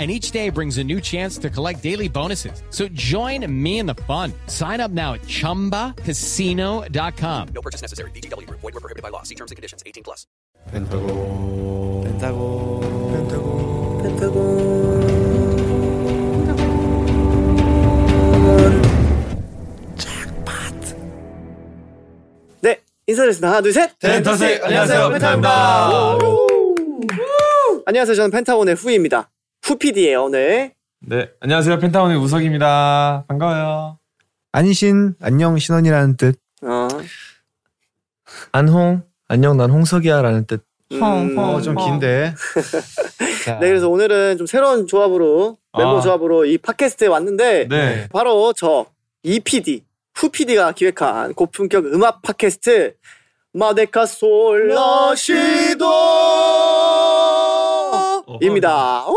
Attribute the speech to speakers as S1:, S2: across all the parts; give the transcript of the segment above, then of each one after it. S1: and each day brings a new chance to collect daily bonuses. So join me in the fun. Sign up now at ChumbaCasino.com.
S2: No purchase necessary. VGW Group. Void were prohibited by law. See terms and conditions. 18 plus.
S3: 펜타곤 펜타곤
S4: 네, 인사드리겠습니다. 하나, 둘, 셋!
S5: 네,
S3: 펜타세 네, 안녕하세요 펜타입니다
S4: 안녕하세요. 저는 펜타곤의 후이입니다. 후피디예요, 오늘.
S3: 네 안녕하세요 펜타곤의 우석입니다 반가워요
S5: 안신 안녕 신원이라는 뜻
S4: 어,
S5: 안홍 안녕 난 홍석이야라는 뜻.
S4: 음,
S5: 어좀 긴데.
S4: 네, 그래서 오늘은 좀 새로운 조합으로, 멤버
S3: 아.
S4: 조합으로 이 팟캐스트에 왔는데,
S3: 네
S4: 바로 저, EPD, 후피디가 기획한 고품격 음악 팟캐스트, 마데카 솔라시도! 입니다. 오!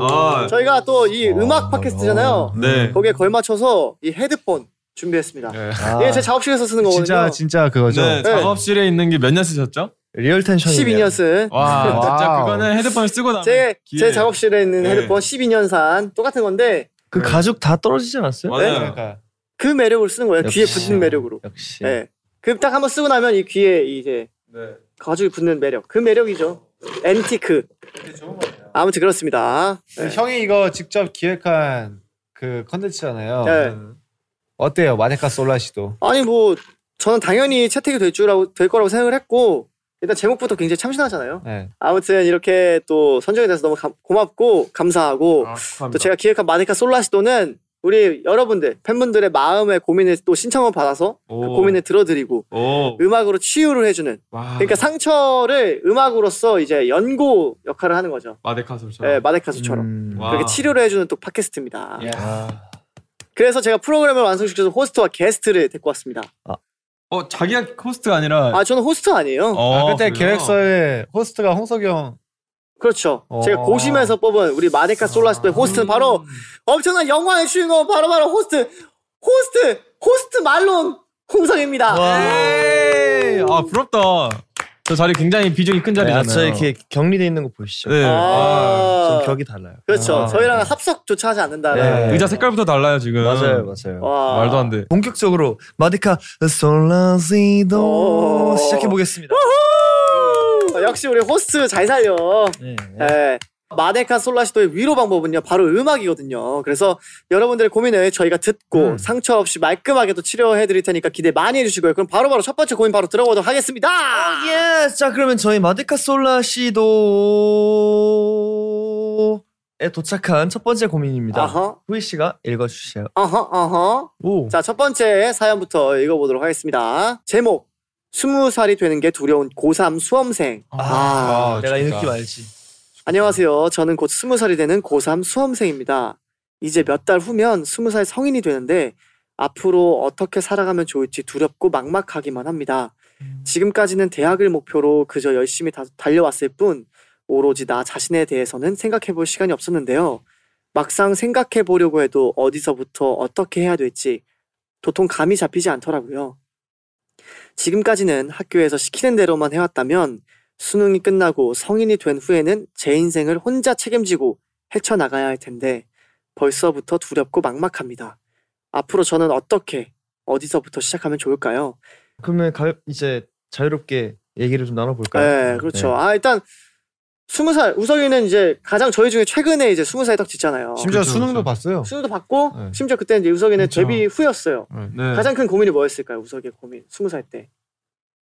S3: 아,
S4: 저희가 또 이 음악 팟캐스트잖아요.
S3: 네.
S4: 거기에 걸맞춰서 이 헤드폰 준비했습니다.
S3: 네.
S5: 아,
S4: 예, 제 작업실에서 쓰는 거거든요.
S5: 진짜 진짜 그거죠.
S3: 네, 작업실에 있는 게 몇 년 쓰셨죠?
S5: 리얼 텐션이.
S4: 12년 쓴.
S3: 와, 진짜
S5: 와우.
S3: 그거는 헤드폰을 쓰고 나면
S4: 제,
S3: 기회예요.
S4: 제 작업실에 있는
S3: 네.
S4: 헤드폰 12년산 똑같은 건데
S5: 그 가죽 다 떨어지지 않았어요?
S3: 맞아요. 네.
S5: 그러니까.
S4: 그 매력을 쓰는 거예요. 귀에
S5: 역시.
S4: 붙는 매력으로.
S5: 역시.
S4: 예. 그딱 한번 쓰고 나면 이 귀에 이제
S3: 네.
S4: 가죽이 붙는 매력. 그 매력이죠. 앤티크.
S3: 네.
S4: 아무튼 그렇습니다. 네.
S5: 그 형이 이거 직접 기획한 그 컨텐츠잖아요.
S4: 네.
S5: 어때요 마네카 솔라시도?
S4: 아니 뭐 저는 당연히 채택이 될 줄라고 될 거라고 생각을 했고 일단 제목부터 굉장히 참신하잖아요.
S5: 네.
S4: 아무튼 이렇게 또 선정이 돼서 너무 감- 고맙고 감사하고
S3: 아,
S4: 또
S3: 감사합니다.
S4: 제가 기획한 마네카 솔라시도는 우리 여러분들 팬분들의 마음의 고민을 또 신청을 받아서 그
S3: 오.
S4: 고민을 들어드리고
S3: 오.
S4: 음악으로 치유를 해주는
S3: 와.
S4: 그러니까 상처를 음악으로서 이제 연고 역할을 하는 거죠.
S3: 마데카솔처럼.
S4: 예, 마데카스처럼
S5: 음.
S3: 와.
S4: 그렇게 치료를 해주는 또 팟캐스트입니다.
S3: 예.
S5: 아.
S4: 그래서 제가 프로그램을 완성시켜서 호스트와 게스트를 데리고 왔습니다.
S3: 어, 자기가 호스트가 아니라
S4: 아 저는 호스트 아니에요.
S3: 어,
S5: 아, 그때
S3: 그래요?
S5: 계획서에 호스트가 홍석이 형.
S4: 그렇죠.
S5: 어.
S4: 제가 고심해서 뽑은 우리 마데카
S3: 아.
S4: 솔라스도의 호스트는
S3: 음.
S4: 바로 엄청난 영화의 주인공 바로 바로 호스트 호스트 호스트 말론 홍성입니다. 예.
S3: 에이, 아, 부럽다. 저 자리 굉장히 비중이 큰
S5: 네,
S3: 자리잖아요.
S5: 아저 이렇게 격리돼 있는 거 보이시죠?
S3: 네. 아.
S4: 아.
S5: 좀 격이 달라요.
S4: 그렇죠.
S3: 아,
S4: 저희랑 합석조차 하지 않는다는.
S5: 네.
S3: 의자 색깔부터 달라요, 지금.
S5: 맞아요, 맞아요.
S4: 음. 와.
S3: 말도 안 돼.
S5: 네. 본격적으로 마디카
S4: 오.
S5: 솔라시도 시작해 보겠습니다.
S4: 아, 역시 우리 호스트 잘 살려.
S5: 네.
S4: 예. 마데카 솔라시도의 위로 방법은요, 바로 음악이거든요. 그래서 여러분들의 고민을 저희가 듣고 상처 없이 말끔하게 또 치료해 드릴 테니까 기대 많이 해주시고요. 그럼 바로바로 첫 번째 고민 바로 들어보도록 하겠습니다.
S5: 예, 자 그러면 저희 마디카 솔라시도에 도착한 첫 번째 고민입니다.
S4: 아하,
S5: 후이 씨가 읽어주세요.
S4: 아하, 아하.
S5: 오,
S4: 자, 첫 번째 사연부터 읽어보도록 하겠습니다. 제목. 스무 살이 되는 게 두려운 고3 수험생. 아.
S5: 내가 이
S3: 좋다.
S5: 느낌 알지?
S4: 안녕하세요. 저는 곧 스무 살이 되는 고3 수험생입니다. 이제 몇 달 후면 스무 살 성인이 되는데 앞으로 어떻게 살아가면 좋을지 두렵고 막막하기만 합니다. 지금까지는 대학을 목표로 그저 열심히 다- 달려왔을 뿐 오로지 나 자신에 대해서는 생각해 볼 시간이 없었는데요. 막상 생각해 보려고 해도 어디서부터 어떻게 해야 될지 도통 감이 잡히지 않더라고요. 지금까지는 학교에서 시키는 대로만 해왔다면 수능이 끝나고 성인이 된 후에는 제 인생을 혼자 책임지고 헤쳐나가야 할 텐데 벌써부터 두렵고 막막합니다. 앞으로 저는 어떻게 어디서부터 시작하면 좋을까요?
S5: 그러면 가, 이제 자유롭게 얘기를 좀 나눠볼까요?
S4: 네, 그렇죠. 아 일단 스무 살 우석이는 이제 가장 저희 중에 최근에 이제 스무 살에 딱 짓잖아요.
S5: 심지어
S3: 그렇죠,
S5: 수능도
S3: 그렇죠.
S5: 봤어요.
S4: 수능도 봤고
S5: 네.
S4: 심지어 그때 이제 우석이는
S5: 그렇죠.
S4: 데뷔 후였어요.
S3: 네.
S4: 가장 큰 고민이 뭐였을까요? 우석이의 고민 스무 살 때.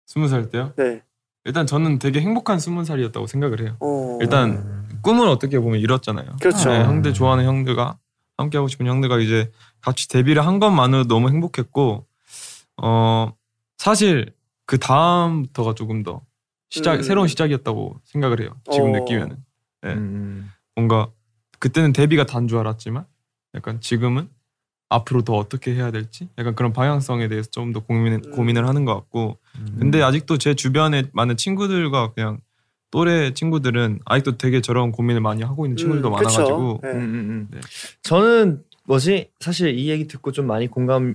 S3: 스무 살 때요?
S4: 네.
S3: 일단 저는 되게 행복한 스무 살이었다고 생각을 해요.
S4: 어.
S3: 일단 꿈을 어떻게 보면 이뤘잖아요.
S4: 그렇죠.
S3: 네,
S5: 음.
S3: 형들 좋아하는 형들과 함께 하고 싶은 형들과 이제 같이 데뷔를 한 것만으로 너무 행복했고 어 사실 그 다음부터가 조금 더 시작
S4: 음.
S3: 새로운 시작이었다고 생각을 해요. 지금
S4: 어.
S3: 느끼면은 네.
S5: 음.
S3: 뭔가 그때는 데뷔가 단 줄 알았지만 약간 지금은 앞으로 더 어떻게 해야 될지 약간 그런 방향성에 대해서 좀 더 고민
S4: 음.
S3: 고민을 하는 것 같고
S5: 음.
S6: 음.
S3: 근데 아직도 제 주변에 많은 친구들과 그냥 또래 친구들은 아직도 되게 저런 고민을 많이 하고 있는 친구들도
S4: 음, 그쵸.
S3: 많아가지고
S4: 네.
S6: 음, 음, 음.
S3: 네.
S6: 저는 뭐지 사실 이 얘기 듣고 좀 많이 공감이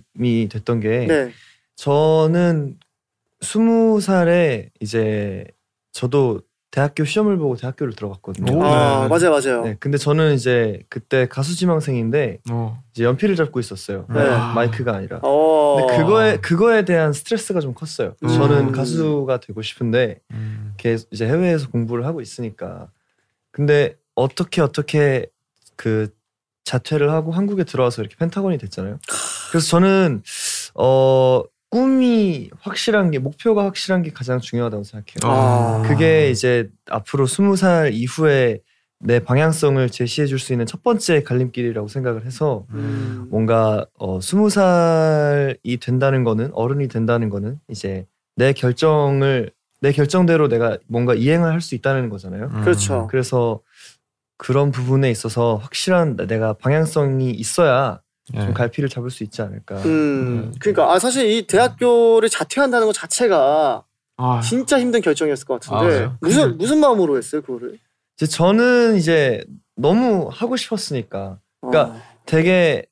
S6: 됐던 게
S4: 네.
S6: 저는 스무 살에 이제 저도 대학교 시험을 보고 대학교를 들어갔거든요.
S3: 오,
S4: 아
S3: 네.
S4: 맞아요 맞아요.
S6: 네, 근데 저는 이제 그때 가수지망생인데
S3: 어.
S6: 이제 연필을 잡고 있었어요.
S4: 네.
S6: 마이크가 아니라.
S4: 어.
S6: 근데 그거에 그거에 대한 스트레스가 좀 컸어요.
S4: 음.
S6: 저는 가수가 되고 싶은데
S3: 음.
S6: 계속 이제 해외에서 공부를 하고 있으니까. 근데 어떻게 어떻게 그 자퇴를 하고 한국에 들어와서 이렇게 펜타곤이 됐잖아요. 그래서 저는 어 꿈이 확실한 게 목표가 확실한 게 가장 중요하다고 생각해요.
S4: 아.
S3: 어. 음.
S6: 그게 이제 앞으로 스무 살 이후에 내 방향성을 제시해 줄 수 있는 첫 번째 갈림길이라고 생각을 해서
S4: 음.
S6: 뭔가 어 스무 살이 된다는 거는 어른이 된다는 거는 이제 내 결정을 내 결정대로 내가 뭔가 이행을 할 수 있다는 거잖아요.
S4: 그렇죠.
S6: 그래서 그런 부분에 있어서 확실한 내가 방향성이 있어야
S3: 예.
S6: 좀 갈피를 잡을 수 있지 않을까.
S4: 음.
S5: 네.
S4: 그러니까 아 사실 이 대학교를 자퇴한다는 것 자체가
S3: 아,
S4: 진짜 힘든 결정이었을 것
S3: 아,
S4: 같은데
S3: 그래요?
S4: 무슨 무슨 마음으로 했어요 그거를?
S6: 이제 저는 이제 너무 하고 싶었으니까 그러니까 되게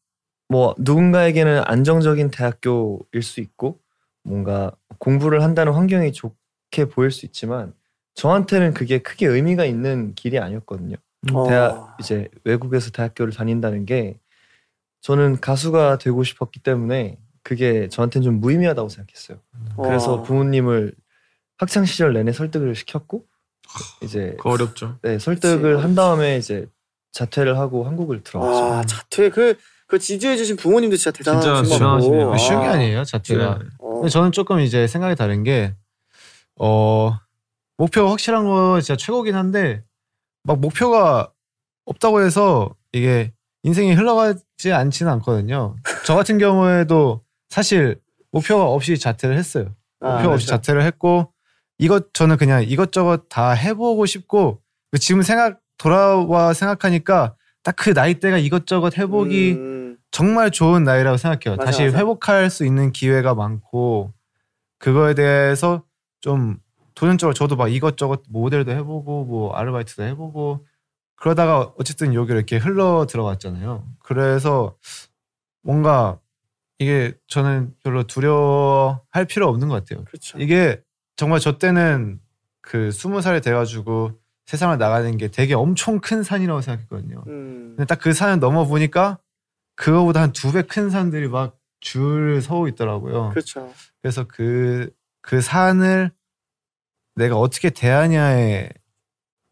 S6: 뭐 누군가에게는 안정적인 대학교일 수 있고 뭔가 공부를 한다는 환경이 좋게 보일 수 있지만 저한테는 그게 크게 의미가 있는 길이 아니었거든요.
S4: 어.
S6: 대학 이제 외국에서 대학교를 다닌다는 게 저는 가수가 되고 싶었기 때문에 그게 저한테는 좀 무의미하다고 생각했어요.
S4: 어.
S6: 그래서 부모님을 학창 시절 내내 설득을 시켰고 이제
S3: 그거 어렵죠.
S6: 네, 설득을
S4: 그치.
S6: 한 다음에 이제 자퇴를 하고 한국을 들어왔죠.
S4: 아 자퇴 그그 지지해 주신 부모님도 진짜 대단하신
S3: 진짜
S4: 것 같고.
S3: 대단하시네요.
S5: 아, 쉬운 게 아니에요 자체가.
S3: 네,
S4: 어.
S5: 근데 저는 조금 이제 생각이 다른 게 어, 목표 확실한 거 진짜 최고긴 한데 막 목표가 없다고 해서 이게 인생이 흘러가지 않지는 않거든요. 저 같은 경우에도 사실 목표가 없이 자퇴를 했어요.
S4: 아,
S5: 목표 없이 자퇴를 했고 이것 저는 그냥 이것저것 다 해보고 싶고 그 지금 생각 돌아와 생각하니까 딱 그 나이대가 이것저것 해보기
S4: 음.
S5: 정말 좋은 나이라고 생각해요.
S4: 맞아,
S5: 다시
S4: 맞아.
S5: 회복할 수 있는 기회가 많고 그거에 대해서 좀 도전적으로 저도 막 이것저것 모델도 해보고 뭐 아르바이트도 해보고 그러다가 어쨌든 여기로 이렇게 흘러 들어갔잖아요. 그래서 뭔가 이게 저는 별로 두려워할 필요 없는 것 같아요.
S4: 그렇죠.
S5: 이게 정말 저 때는 그 스무 살이 돼가지고 세상을 나가는 게 되게 엄청 큰 산이라고 생각했거든요.
S4: 음.
S5: 근데 딱 그 산을 넘어 보니까 그거보다 한 두 배 큰 산들이 막 줄 서고 있더라고요.
S4: 그렇죠.
S5: 그래서 그, 그 산을 내가 어떻게 대하냐의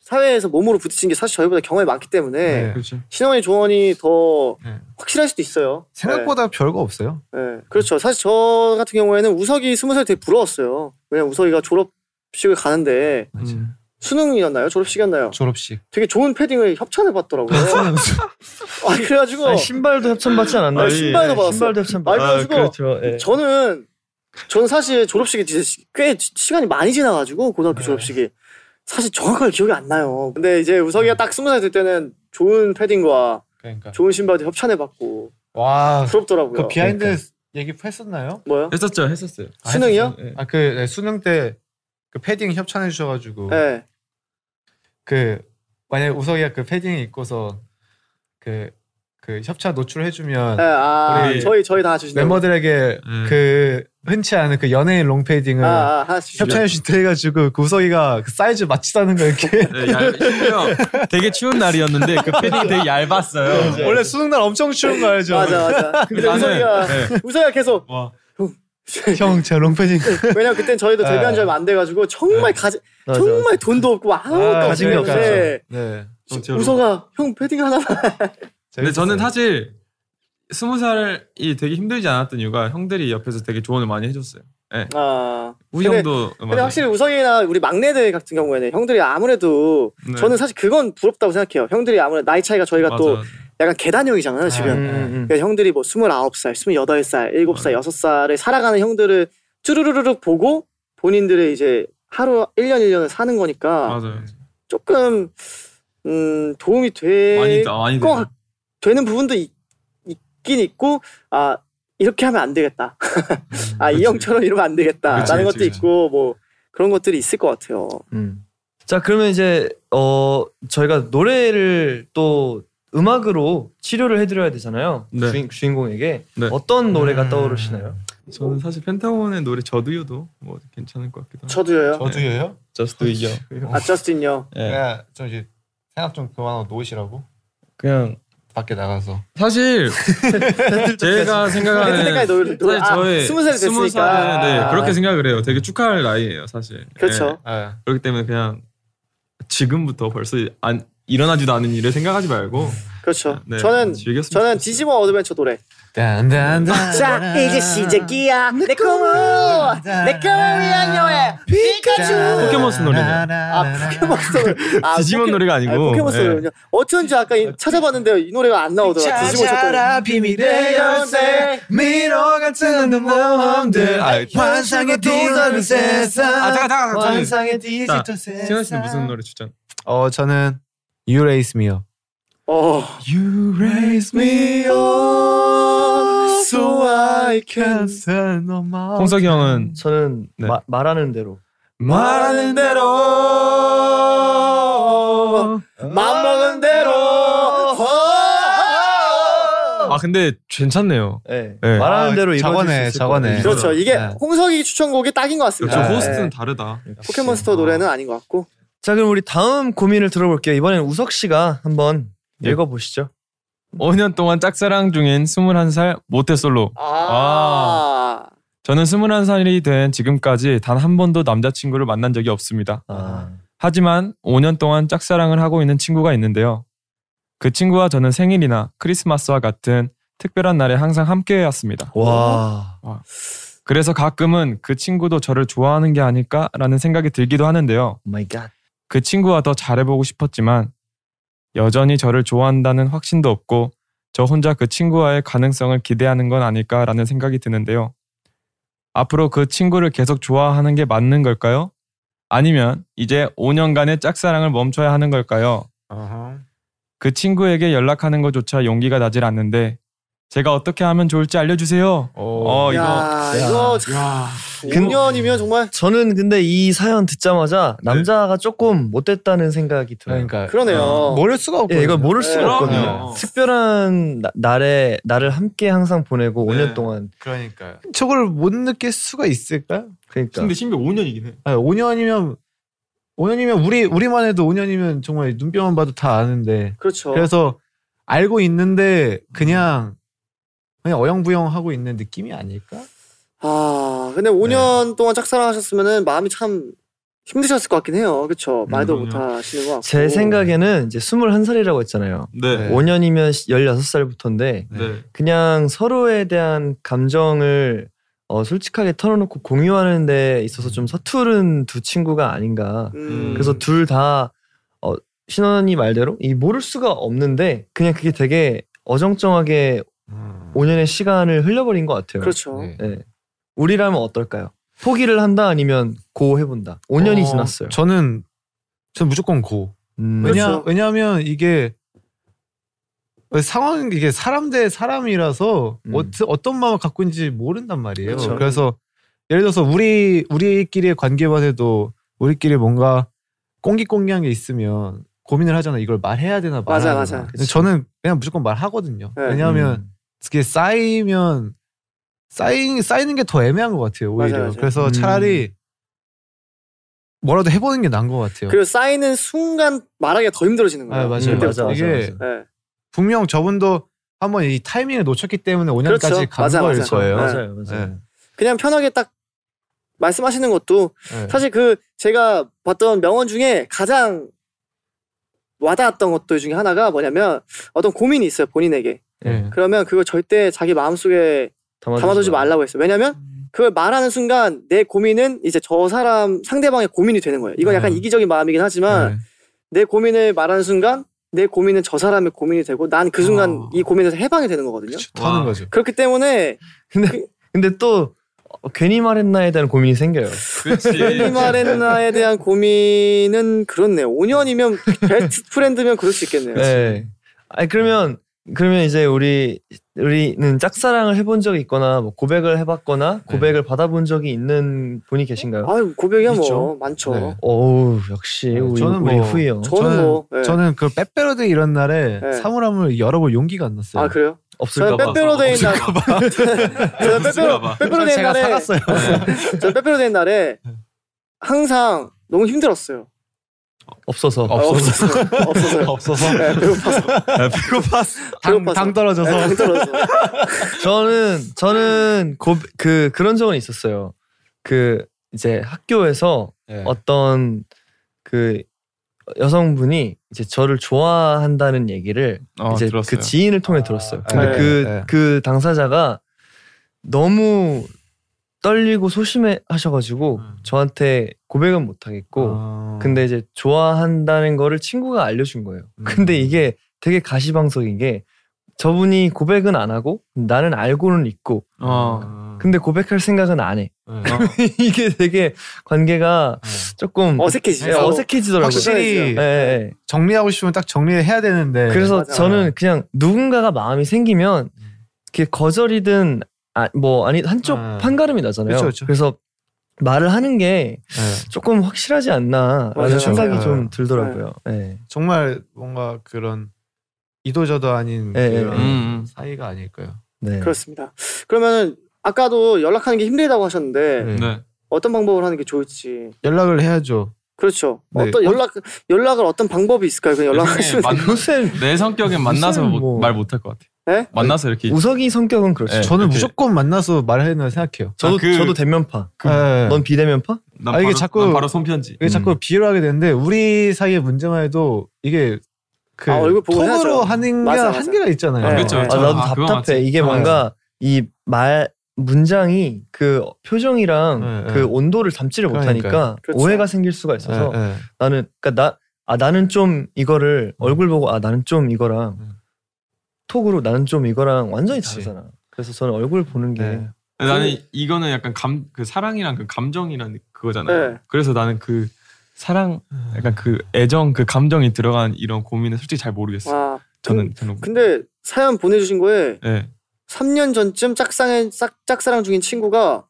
S4: 사회에서 몸으로 부딪힌 게 사실 저희보다 경험이 많기 때문에
S5: 네.
S3: 그렇죠.
S4: 신원이 조언이 더
S5: 네.
S4: 확실할 수도 있어요.
S5: 생각보다 별거 없어요.
S4: 네. 네. 그렇죠. 사실 저 같은 경우에는 우석이 스무 살 되게 부러웠어요. 왜냐면 우석이가 졸업식을 가는데
S3: 음.
S4: 수능이었나요? 졸업식이었나요?
S5: 졸업식.
S4: 되게 좋은 패딩을 협찬해 봤더라고요. 아 그래가지고
S6: 아니, 신발도 협찬받지 않았나요?
S4: 아니, 신발도 받았어.
S6: 신발도 협찬받았어.
S4: 아니, 그래가지고
S6: 그렇죠. 예.
S4: 저는 저는 사실 졸업식이 진짜 시- 꽤 시- 시간이 많이 지나가지고
S5: 네.
S4: 고등학교 졸업식이 사실 정확하게 기억이 안 나요. 근데 이제 우석이가
S5: 네.
S4: 딱 스무 살 될 때는 좋은 패딩과
S5: 그러니까.
S4: 좋은 신발도 협찬해봤고
S5: 와,
S4: 부럽더라고요.
S5: 그 비하인드 얘기 했었나요?
S4: 뭐요? 네.
S3: 했었죠, 했었어요.
S4: 수능이요?
S3: 예.
S5: 아 그 수능 때 그 패딩 협찬해 주셔가지고
S4: 네.
S5: 그 만약에 우석이가 그 패딩 입고서 그, 그 협찬 노출해주면
S4: 네, 아,
S5: 우리
S4: 저희 저희 다 주신다고.
S5: 멤버들에게
S3: 음.
S5: 그 흔치 않은 그 연예인 롱패딩을
S4: 아, 아, 하나씩 주시죠.
S5: 협찬해 주신다 해가지고 그 우석이가 그 사이즈 맞추다는 거 이렇게
S3: 네, 얇, 심지어 되게 추운 날이었는데 그 패딩이 되게
S6: 네,
S3: 얇았어요.
S5: 원래 수능 날 엄청 추운 거 알죠?
S4: 맞아 맞아. 근데
S3: 나는-
S4: 우석이가
S3: 네.
S4: 우석이가 계속
S3: 와.
S5: 형 제가 롱패딩
S4: 왜냐면 그땐 저희도
S5: 네.
S4: 데뷔한 지 얼마 안 돼가지고 정말 가지
S6: 맞아,
S4: 정말
S6: 맞아.
S4: 돈도 없고 아무것도
S5: 아,
S4: 없는데
S6: 가진 게 없었죠.
S5: 네.
S3: 좀 제가
S4: 우석아 형 패딩 하나만.
S3: 근데 네, 저는
S5: 재밌었어요.
S3: 사실 스무 살이 되게 힘들지 않았던 이유가 형들이 옆에서 되게 조언을 많이 해줬어요.
S4: 아.
S3: 우이
S4: 근데-
S3: 형도
S4: 근데 확실히 우성이나 우리 막내들 같은 경우에는 형들이 아무래도
S3: 네.
S4: 저는 사실 그건 부럽다고 생각해요. 형들이 아무래도 나이 차이가 저희가 또 약간 계단형이잖아요, 지금.
S6: 음, 음, 음.
S4: 그러니까 형들이 뭐 29살, 28살,
S3: 음.
S4: 7살, 6살에 살아가는 형들을 쭈루루루룩 보고 본인들의 이제 하루 1년 1년을 사는 거니까
S3: 맞아요.
S4: 조금 음, 도움이
S3: 많이
S4: 될
S3: 다- 많이
S4: 것
S3: 되죠.
S4: 같- 되는 부분도 있, 긴 있고 아 이렇게 하면 안 되겠다. 아 이
S3: 음, 그치.
S4: 형처럼 이러면 안
S3: 그치,
S4: 되겠다라는
S3: 그치,
S4: 것도
S3: 그치.
S4: 있고 뭐 그런 것들이 있을 것 같아요.
S6: 음. 자 그러면 이제 어 저희가 노래를 또 음악으로 치료를 해드려야 되잖아요
S3: 네.
S6: 주인, 주인공에게
S3: 네.
S6: 어떤 노래가
S4: 음.
S6: 떠오르시나요?
S3: 저는 사실 펜타곤의 노래 저도요도 뭐 괜찮을 것 같기도 하고.
S4: 저도요.
S5: 저도예요?
S3: 저스트 이겨.
S4: 아 저스틴요.
S3: 예.
S5: 그냥 좀 이제 생각 좀 그만하고 놓으시라고
S3: 그냥
S5: 밖에 나가서
S3: 사실 제가
S4: 팬
S3: 생각하는
S4: 그 생각이 노래 노래-
S3: 사실 아, 네. 저의
S4: 아, 스무 살이 됐으니까. 아,
S3: 스무 살은, 네, 그렇게 생각을 해요. 되게 축하할 나이예요, 사실. 예.
S4: 그렇죠.
S5: 네.
S3: 그렇기 때문에 그냥 지금부터 벌써 안 일어나지도 않은 일을 생각하지 말고
S4: 그렇죠.
S3: 네,
S4: 저는
S3: 즐겼으면
S4: 저는 디지몬 어드벤처 노래.
S5: 딴딴딴
S3: 아,
S4: 자
S3: 네.
S4: 이제 시작이야 내 꿈을 내 꿈을 위한 여행 피카츄.
S3: 포켓몬스 노래네요.
S4: 아 포켓몬스터 아,
S3: 디지몬
S4: 포켓-
S3: 노래가 아니고
S4: 아니, 포켓몬스터
S3: 예.
S4: 노래군요. 어쩐지 아까 이- 찾아봤는데 이 노래가 안 나오더라. 디지몬 찾고.
S5: 비밀의 미로 같은
S3: 모험들. 아,
S5: 도다른
S3: 아 잠깐 잠깐 저는
S5: 디지털
S3: 세현 씨는 무슨 노래 추천?
S5: 어 저는 You Raise Me Up
S4: 어.
S3: You raise
S5: me up so I can stand on my
S3: 홍석이 형은
S6: 저는
S3: 네.
S6: 마- 말하는 대로
S5: 말하는 어,
S3: 대로
S4: 맘 먹은 대로. 어.
S3: 아 근데 괜찮네요.
S6: 네.
S3: 네.
S6: 말하는
S5: 아,
S6: 대로 이루어질
S5: 저거네,
S6: 수 있을
S5: 저거네.
S6: 거예요.
S4: 그렇죠. 이게
S5: 네.
S4: 홍석이 추천곡이 딱인 것
S3: 그
S4: 같습니다.
S5: 네.
S3: 호스트는
S4: 네.
S3: 다르다.
S4: 포켓몬스터 노래는 아닌 것 같고.
S6: 자 그럼 우리 다음 고민을 들어볼게요 이번엔 우석 씨가 한번
S3: 네.
S6: 읽어보시죠
S3: 5년 동안 짝사랑 중인 21살 모태솔로.
S4: 아.
S3: 저는 21살이 된 지금까지 단 한 번도 남자친구를 만난 적이 없습니다.
S6: 아.
S3: 하지만 5년 동안 짝사랑을 하고 있는 친구가 있는데요. 그 친구와 저는 생일이나 크리스마스와 같은 특별한 날에 항상 함께해왔습니다.
S6: 와
S3: 그래서 가끔은 그 친구도 저를 좋아하는 게 아닐까라는 생각이 들기도 하는데요.
S6: 마이 갓
S3: 그 친구와 더 잘해보고 싶었지만 여전히 저를 좋아한다는 확신도 없고 저 혼자 그 친구와의 가능성을 기대하는 건 아닐까라는 생각이 드는데요. 앞으로 그 친구를 계속 좋아하는 게 맞는 걸까요? 아니면 이제 5년간의 짝사랑을 멈춰야 하는 걸까요? 그 친구에게 연락하는 것조차 용기가 나질 않는데 제가 어떻게 하면 좋을지 알려주세요. 어 이거
S4: 야, 이거 참. 5년이면 정말
S6: 저는 근데 이 사연 듣자마자 남자가 조금 못됐다는 생각이 들어요
S5: 그러니까
S4: 그러네요.
S5: 모를 수가 없고
S6: 예, 이걸 모를 수가
S4: 네.
S6: 없거든요
S3: 그럼요.
S6: 특별한 나- 날에 나를 함께 항상 보내고
S3: 네.
S6: 5년 동안
S5: 그러니까 저걸 못 느낄 수가 있을까?
S6: 그러니까
S3: 근데 심지어 5년이긴 해.
S5: 아니, 5년이면 5년이면 우리 우리만 해도 5년이면 정말 눈뼈만 봐도 다 아는데
S6: 어.
S4: 그렇죠.
S5: 그래서 알고 있는데
S6: 음.
S5: 그냥 그냥 어영부영 하고 있는 느낌이 아닐까?
S4: 아,
S5: 네.
S4: 근데 5년 동안 짝사랑하셨으면은 마음이 참 힘드셨을 것 같긴 해요. 그렇죠. 말도
S5: 음.
S4: 못
S3: 그럼요.
S4: 하시는 것 같고.
S6: 제 생각에는 이제 21살이라고 했잖아요
S5: 네.
S6: 5년이면 16살부터인데
S3: 네.
S6: 그냥 서로에 대한 감정을 어, 솔직하게 털어놓고 공유하는 데 있어서 좀 서투른 두 친구가 아닌가.
S4: 음.
S6: 그래서 둘 다 어, 신원이 말대로 이 모를 수가 없는데 그냥 그게 되게 어정쩡하게 5년의 시간을 흘려버린 것 같아요.
S4: 그렇죠.
S5: 네.
S6: 예. 우리라면 어떨까요? 포기를 한다 아니면 고 해본다. 5년이
S5: 어,
S6: 지났어요.
S5: 저는 저는 무조건 고.
S6: 음,
S5: 왜냐
S4: 그렇죠.
S5: 왜냐하면 이게 상황 이게 사람 대 사람이라서
S6: 음.
S5: 어, 어떤 마음을 갖고 있는지 모른단 말이에요.
S4: 그렇죠.
S5: 그래서 예를 들어서 우리 우리끼리의 관계만 해도 우리끼리 뭔가 꽁기꽁기한 게 있으면 고민을 하잖아. 이걸 말해야 되나 말아야
S4: 맞아,
S5: 되나.
S4: 맞아.
S5: 근데
S6: 그치.
S5: 저는 그냥 무조건 말하거든요.
S4: 네.
S5: 왜냐하면 그게 쌓이면 쌓이, 쌓이는 게 더 애매한 것 같아요. 오히려.
S4: 맞아, 맞아.
S5: 그래서
S6: 음.
S5: 차라리 뭐라도 해보는 게 나은 것 같아요.
S4: 그리고 쌓이는 순간 말하기가 더 힘들어지는 거예요.
S5: 아, 맞아요.
S6: 음, 맞아, 맞아,
S5: 이게
S6: 맞아.
S4: 네.
S5: 분명 저분도 한번 이 타이밍을 놓쳤기 때문에 5년까지
S4: 그렇죠.
S5: 간
S4: 맞아,
S5: 거일
S4: 맞아.
S5: 거예요.
S6: 맞아요,
S4: 네.
S6: 맞아요.
S4: 그냥 편하게 딱 말씀하시는 것도
S5: 네.
S4: 사실 그 제가 봤던 명언 중에 가장 와닿았던 것들 중에 하나가 뭐냐면 어떤 고민이 있어요 본인에게
S5: 네.
S4: 그러면 그걸 절대 자기 마음속에 담아두지 말라고 했어요 왜냐면 그걸 말하는 순간 내 고민은 이제 저 사람 상대방의 고민이 되는 거예요 이건 약간
S5: 네.
S4: 이기적인 마음이긴 하지만
S5: 네.
S4: 내 고민을 말하는 순간 내 고민은 저 사람의 고민이 되고 난 그 순간
S5: 아.
S4: 이 고민에서 해방이 되는 거거든요
S5: 터는
S6: 와.
S5: 거죠.
S4: 그렇기 때문에
S6: 근데 또 어, 괜히 말했나에 대한 고민이 생겨요.
S4: 이 말했나에 대한 고민은 그렇네요. 5년이면 베스트 프렌드면 그럴 수 있겠네요.
S6: 네. 아니 그러면 그러면 이제 우리 우리는 짝사랑을 해본 적이 있거나 뭐 고백을 해봤거나
S4: 네.
S6: 고백을 받아본 적이 있는 분이 계신가요?
S4: 아유 고백이야 뭐
S5: 있죠.
S4: 많죠.
S5: 네.
S6: 어우 역시 우리
S5: 저는
S6: 우리
S5: 뭐-
S6: 네, 후이요.
S4: 저- 저는 뭐, 예.
S5: 저는 그 빼빼로데이 이런 날에
S4: 예.
S5: 사물함을 열어볼 용기가 안 났어요.
S4: 아 그래요? 저는
S6: 없을까봐.
S4: 빼빼로데이 날, 저는 빼빼로
S7: 없을까봐.
S4: 빼빼로데이
S5: 제가
S4: 날에,
S5: 사갔어요. 네.
S4: 저는 빼빼로데이 날에 항상 너무 힘들었어요.
S6: 없어서.
S4: 아, 없어서 없어서
S5: 없어서
S4: 네, 배고파서
S5: 배고파서 당,
S4: 배고파서.
S5: 당 떨어져서
S4: 네, 힘들어서.
S6: 저는 저는 고, 그 그런 적은 있었어요. 그 이제 학교에서
S5: 네.
S6: 어떤 그 여성분이 이제 저를 좋아한다는 얘기를
S3: 어,
S6: 이제
S3: 들었어요.
S6: 그 지인을 통해 들었어요.
S5: 아,
S6: 근데
S5: 네,
S6: 그 그
S5: 네.
S6: 당사자가 너무 떨리고 소심해 하셔가지고
S5: 음.
S6: 저한테 고백은 못 하겠고
S5: 어.
S6: 근데 이제 좋아한다는 거를 친구가 알려준 거예요.
S5: 음.
S6: 근데 이게 되게 가시방석인 게 저분이 고백은 안 하고 나는 알고는 있고
S5: 어.
S6: 근데 고백할 생각은 안 해.
S5: 네.
S6: 이게 되게 관계가 조금 예,
S4: 네, 어색해지죠.
S6: 어색해지더라고요.
S5: 확실히
S6: 예, 예, 예.
S5: 정리하고 싶으면 딱 정리를 해야 되는데
S6: 그래서
S4: 맞아.
S6: 저는 그냥 누군가가 마음이 생기면 이게 거절이든 아, 뭐 아니 한쪽
S5: 아.
S6: 판가름이 나잖아요.
S5: 그쵸, 그쵸.
S6: 래서 말을 하는 게
S5: 네.
S6: 조금 확실하지 않나라는
S4: 맞아요,
S6: 생각이
S5: 맞아요.
S6: 좀 들더라고요. 예.
S5: 정말 뭔가 그런 이도저도 아닌
S6: 예, 예.
S5: 그런
S3: 음, 음.
S5: 사이가 아닐까요?
S6: 네.
S4: 그렇습니다. 그러면은 아까도 연락하는 게 힘들다고 하셨는데
S5: 네.
S7: 네.
S4: 어떤 방법을 하는 게 좋을지
S5: 연락을 해야죠.
S4: 그렇죠.
S5: 네.
S4: 어떤 연락 연락을 어떤 방법이 있을까요? 그냥 연락하시면
S7: 만-
S6: 아, 요새
S7: 내 성격엔 만나서
S5: 무슨
S7: 못-
S5: 뭐-
S7: 말 못할 것 같아.
S4: 네?
S7: 만나서 이렇게
S6: 우석이 성격은 그렇죠.
S7: 예.
S5: 저는
S7: 그렇게-
S5: 무조건 만나서 말해야 된다고 생각해요.
S6: 저도
S7: 아, 그-
S6: 저도 대면파.
S5: 네.
S6: 넌 비대면파?
S7: 난
S5: 아, 이게
S7: 바로,
S5: 자꾸-
S7: 난 바로 손편지. 음.
S5: 이게 자꾸
S6: 음.
S5: 비유를 하게 되는데 우리 사이의 문제만 해도 이게 그
S4: 아, 얼굴 보고
S5: 톡으로
S4: 해야죠.
S5: 하는 게
S4: 맞아, 맞아.
S5: 한계가 있잖아요.
S4: 아,
S7: 그렇죠,
S5: 네.
S6: 아,
S7: 그렇죠.
S6: 나도
S7: 아, 그건
S6: 답답해.
S7: 맞지.
S6: 이게 뭔가 이 말 문장이 그 표정이랑
S5: 네,
S6: 그
S5: 네.
S6: 온도를 담지를 못하니까
S5: 그러니까요.
S4: 그렇죠.
S6: 오해가 생길 수가 있어서
S5: 네, 네.
S6: 나는 그러니까 나 아, 나는 좀 이거를 얼굴 보고 아 나는 좀 이거랑
S5: 네.
S6: 톡으로 나는 좀 이거랑 완전히
S5: 그치.
S6: 다르잖아. 그래서 저는 얼굴 보는 게
S5: 네.
S7: 나는 이거는 약간 감 그 사랑이랑 그 감정이란 그거잖아요.
S4: 네.
S7: 그래서 나는 그 사랑 약간 그 애정 그 감정이 들어간 이런 고민은 솔직히 잘 모르겠어. 요
S4: 아,
S7: 저는 저는
S4: 근데 사연 보내주신 거에
S7: 예.
S4: 3년 전쯤 짝사랑 짝, 짝사랑 중인 친구가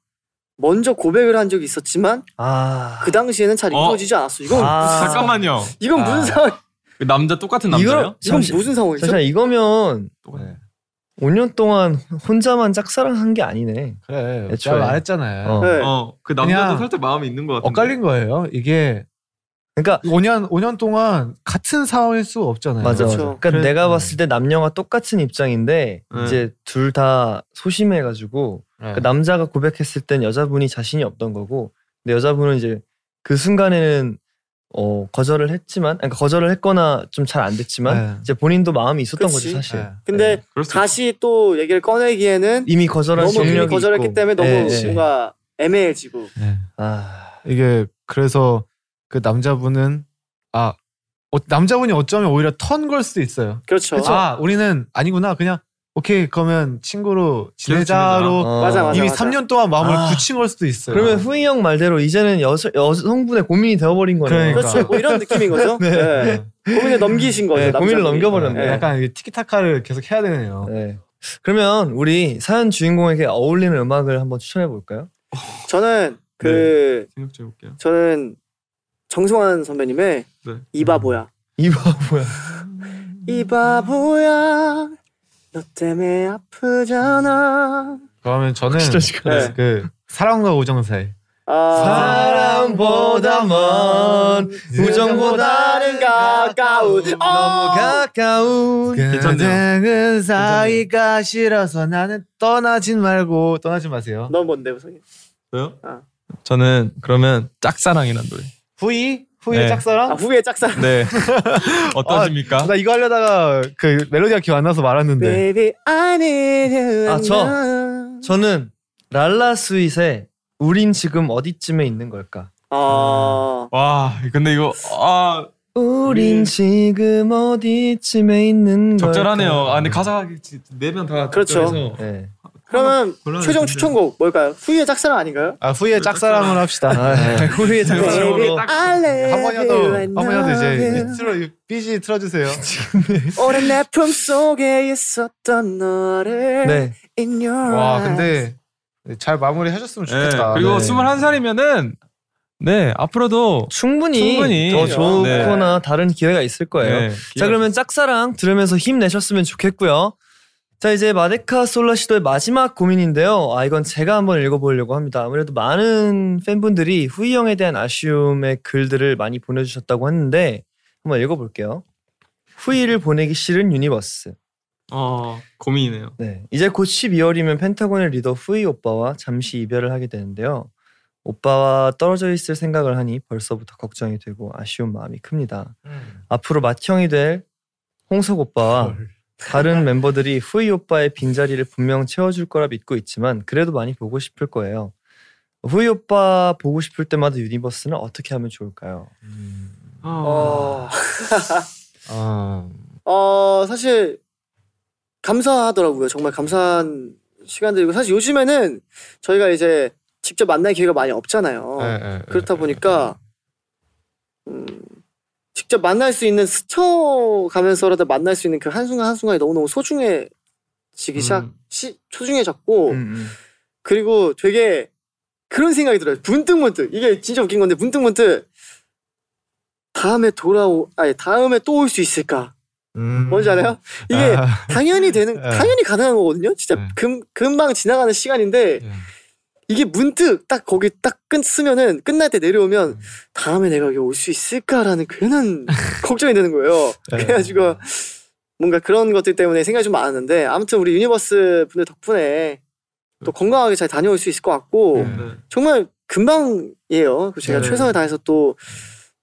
S4: 먼저 고백을 한 적이 있었지만
S6: 아
S4: 그 당시에는 잘
S7: 어?
S4: 이루어지지 않았어. 이건
S6: 아.
S4: 무슨 상황-
S7: 잠깐만요.
S4: 이건 무슨
S6: 아.
S4: 상황?
S7: 그 남자 똑같은
S6: 이거-
S7: 남자예요?
S4: 이건
S6: 잠시-
S4: 무슨 상황이죠?
S6: 사실 이거면
S7: 똑같아요.
S6: 5년 동안 혼자만 짝사랑한 게 아니네.
S5: 그래.
S6: 애초에.
S5: 제가 말했잖아요.
S6: 어.
S4: 네.
S7: 어, 그 남자도
S5: 그냥
S7: 살짝 마음이 있는 것 같은데.
S5: 엇갈린 거예요. 이게
S6: 그러니까
S5: 5년 5년 동안 같은 상황일 수 없잖아요.
S6: 맞아. 맞아.
S4: 그렇죠.
S6: 그러니까
S5: 그래-
S6: 내가
S5: 음.
S6: 봤을 때 남녀가 똑같은 입장인데
S7: 네.
S6: 이제 둘 다 소심해가지고
S5: 네.
S6: 그 남자가 고백했을 땐 여자분이 자신이 없던 거고 근데 여자분은 이제 그 순간에는 어 거절을 했지만 아니, 그러니까 거절을 했거나 좀 잘 안 됐지만
S5: 네.
S6: 이제 본인도 마음이 있었던
S4: 그치.
S6: 거지 사실
S5: 네.
S4: 근데
S7: 그럴 수
S4: 다시 또 얘기를 꺼내기에는
S6: 이미 거절한
S4: 너무
S6: 정력이
S4: 이미 거절했기
S6: 있고.
S4: 때문에 너무
S6: 네, 네.
S4: 뭔가 애매해지고
S6: 아
S5: 이게 그래서 그 남자분은 아 어, 남자분이 어쩌면 오히려 턴 걸 수도 있어요.
S4: 그렇죠.
S5: 아 우리는 아니구나 그냥 오케이 그러면 친구로
S7: 계속 지내자.
S5: 지내자로
S6: 어.
S4: 맞아, 맞아.
S5: 이미 3년 동안 마음을
S6: 아.
S5: 굳힌 걸 수도 있어요.
S6: 그러면 후이 형 말대로 이제는 여성 여성분의 고민이 되어버린 거네요
S5: 그러니까.
S4: 그렇죠. 뭐 이런 느낌인 거죠. 네. 고민을 넘기신 거죠.
S6: 네, 고민을
S4: 남자분이.
S6: 넘겨버렸네.
S4: 네.
S5: 약간 이 티키타카를 계속 해야 되네요.
S6: 네. 그러면 우리 사연 주인공에게 어울리는 음악을 한번 추천해 볼까요?
S4: 저는 그
S6: 네.
S7: 생각 좀 해볼게요.
S4: 저는 정승환 선배님의
S7: 네.
S4: 이 바보야.
S6: 이 바보야.
S4: 이 바보야. 너 때문에 아프잖아.
S5: 그러면 저는
S6: 진짜 시간.
S4: 네.
S5: 그 사랑과 우정 사이
S4: 아.
S6: 사랑보다 먼
S5: 네.
S6: 우정보다는 가까운
S4: 어!
S6: 너무 가까운
S5: 그장은 사이가 싫어서 나는 떠나진 말고 떠나지 마세요.
S4: 넌 뭔데 우성이?
S7: 저요?
S4: 아.
S7: 저는 그러면 짝사랑이란 노래.
S5: 후이 후이의
S7: 네.
S4: 아,
S5: 짝사랑.
S4: 후에 짝사랑.
S7: 네.
S6: 아,
S7: 어떠십니까?
S5: 나 이거 하려다가 그 멜로디가 기억 안 나서 말았는데.
S4: Baby I need you.
S6: 아, 저.
S4: now.
S6: 저는 랄라 스윗의 우린 지금 어디쯤에 있는 걸까?
S4: 아.
S7: 와, 근데 이거 아
S6: 우린 지금 어디쯤에 있는
S7: 적절하네요.
S6: 걸까?
S7: 아, 근데 가사가 네명다
S4: 그렇죠.
S6: 네.
S4: 그러면
S7: 곤란해,
S4: 최종
S7: 근데.
S4: 추천곡 뭘까요? 후이의 짝사랑 아닌가요?
S5: 아 후이의 짝사랑을 합시다.
S6: 아, 후에
S4: Baby,
S6: 잠깐으로
S4: I love
S5: 네, 한 번이라도
S4: you
S5: 한
S4: and
S5: 번이라도 이제
S4: love you.
S5: 틀어 이 BG 틀어주세요.
S4: 오랜 내품 속에 있었던 너를
S6: 네.
S4: In your
S5: 와
S4: eyes.
S5: 근데 잘 마무리 해줬으면
S7: 네.
S5: 좋겠다.
S7: 그리고
S5: 네.
S7: 스물 21살이면은 네, 앞으로도
S6: 충분히,
S7: 충분히.
S6: 더 좋거나
S5: 네.
S6: 다른 기회가 있을 거예요.
S7: 네,
S6: 자 그러면 짝사랑 들으면서 힘내셨으면 좋겠고요. 자 이제 마데카 솔라시도의 마지막 고민인데요. 아 이건 제가 한번 읽어보려고 합니다. 아무래도 많은 팬분들이 후이 형에 대한 아쉬움의 글들을 많이 보내주셨다고 했는데 한번 읽어볼게요. 후이를 보내기 싫은 유니버스.
S7: 어, 고민이네요.
S6: 네, 이제 곧 12월이면 펜타곤의 리더 후이 오빠와 잠시 이별을 하게 되는데요. 오빠와 떨어져 있을 생각을 하니 벌써부터 걱정이 되고 아쉬운 마음이 큽니다. 앞으로 맏형이 될 홍석 오빠와 다른 멤버들이 후이 오빠의 빈자리를 분명 채워줄 거라 믿고 있지만 그래도 많이 보고 싶을 거예요. 후이 오빠 보고 싶을 때마다 유니버스는 어떻게 하면 좋을까요?
S4: 어,
S5: 아,
S4: 어 사실 감사하더라고요. 정말 감사한 시간들이고 사실 요즘에는 저희가 이제 직접 만날 기회가 많이 없잖아요.
S5: 예, 예, 예.
S4: 그렇다 보니까 음, 직접 만날 수 있는 스쳐가면서라도 만날 수 있는 그 한순간 한순간이 너무너무 소중해지기 시작 시, 소중해졌고
S6: 음, 음.
S4: 그리고 되게 그런 생각이 들어요. 문득문득 이게 진짜 웃긴 건데 문득문득 다음에 돌아오 아니 다음에 또 올 수 있을까
S5: 음.
S4: 뭔지 알아요? 이게
S5: 아,
S4: 당연히 되는
S5: 네.
S4: 당연히 가능한 거거든요. 진짜
S5: 네.
S4: 금, 금방 지나가는 시간인데
S5: 네.
S4: 이게 문득 딱 거기 딱 끝쓰면은 끝날 때 내려오면 다음에 내가 여기 올 수 있을까라는 괜한 걱정이 되는 거예요.
S5: 네.
S4: 그래가지고 뭔가 그런 것들 때문에 생각이 좀 많았는데 아무튼 우리 유니버스 분들 덕분에 또 건강하게 잘 다녀올 수 있을 것 같고
S5: 음. 네.
S4: 정말 금방이에요. 그리고 제가
S7: 네.
S4: 최선을 다해서 또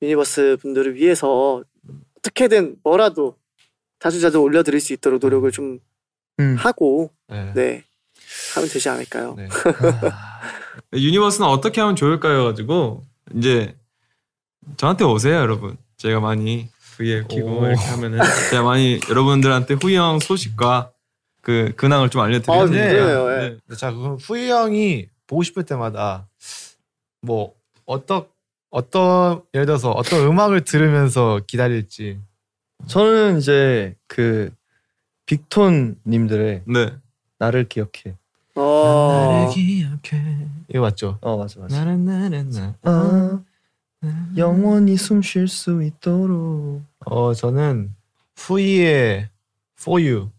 S4: 유니버스 분들을 위해서 어떻게든 뭐라도 자주자주 올려드릴 수 있도록 노력을 좀
S6: 음.
S4: 하고
S5: 네.
S4: 네 하면 되지 않을까요?
S5: 네.
S7: 네, 유니버스는 어떻게 하면 좋을까요? 가지고 이제 저한테 오세요, 여러분. 제가 많이 위에 키고
S5: 오.
S7: 이렇게 하면은 제가 많이 여러분들한테 후이 형 소식과 그 근황을 좀 알려드릴
S4: 아,
S7: 테니까.
S4: 그래요, 예.
S7: 네.
S5: 자 그럼 후이 형이 보고 싶을 때마다 뭐 어떤 어떤 예를 들어서 어떤 음악을 들으면서 기다릴지
S6: 저는 이제 그 빅톤님들의
S7: 네.
S6: 나를 기억해.
S4: 어,
S5: 이거 맞죠?
S6: 어 맞아 맞아. 아, 영원히 숨 쉴 수 있도록.
S5: 어 저는 후이의 For You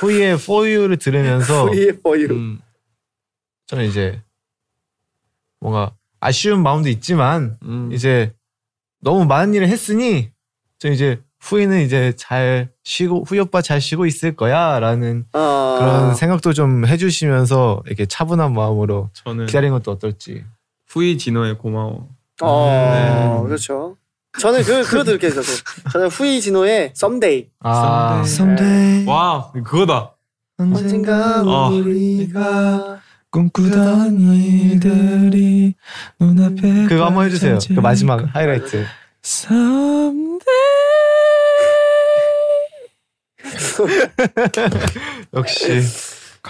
S5: 후이의 For You를 들으면서
S4: free for you.
S7: 음,
S5: 저는 이제 뭔가 아쉬운 마음도 있지만
S7: 음.
S5: 이제 너무 많은 일을 했으니 저 이제 후이는 이제 잘 쉬고 후이 오빠 잘 쉬고 있을 거야라는
S4: 아,
S5: 그런 생각도 좀 해주시면서 이렇게 차분한 마음으로
S7: 저는
S5: 기다리는 것도 어떨지.
S7: 후이 진호의 고마워.
S4: 어,
S5: 음.
S6: 네.
S4: 그렇죠. 저는 그 그거 들게 해서 저는 후이 진호의 썸데이.
S5: 아,
S6: Someday
S7: 네. 와, 그거다.
S4: 언젠가
S7: 어.
S4: 우리가
S7: 꿈꾸던 일들이 눈앞에
S5: 그거 한번 해주세요. 그 마지막 하이라이트. 역시.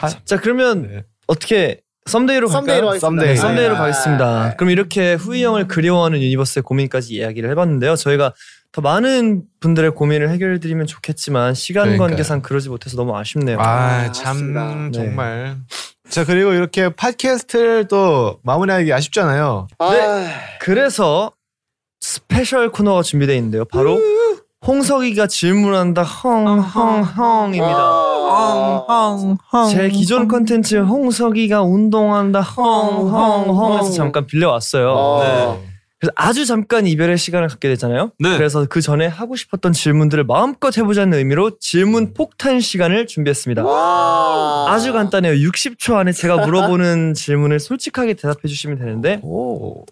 S6: 아, 자 그러면
S5: 네.
S6: 어떻게 썸데이로
S4: 썸데이로
S6: 갈까요?
S4: 하겠습니다.
S5: 썸데이.
S4: 네.
S6: 썸데이로
S4: 아,
S6: 가겠습니다. 그럼 이렇게 후이 형을 그리워하는 유니버스의 고민까지 이야기를 해봤는데요. 저희가 더 많은 분들의 고민을 해결해드리면 좋겠지만 시간
S5: 그러니까요.
S6: 관계상 그러지 못해서 너무 아쉽네요.
S5: 아,
S4: 아, 아쉽습니다.
S5: 참 정말. 자 그리고
S6: 네.
S5: 이렇게 팟캐스트를 또 마무리하기 아쉽잖아요.
S4: 아,
S6: 그래서 스페셜 코너가 준비되어 있는데요. 바로 홍석이가 질문한다
S4: 아.
S6: 헝헝헝입니다. 제 기존 컨텐츠 홍석이가 운동한다 헝헝헝에서 잠깐 빌려왔어요.
S4: 어.
S6: 그래서 아주 잠깐 이별의 시간을 갖게 되잖아요.
S7: 네.
S6: 그래서 그 전에 하고 싶었던 질문들을 마음껏 해보자는 의미로
S4: 음.
S6: 질문 폭탄 시간을 준비했습니다.
S4: 와.
S6: 아주 간단해요. 60초 안에 제가 물어보는 질문을 솔직하게 대답해 주시면 되는데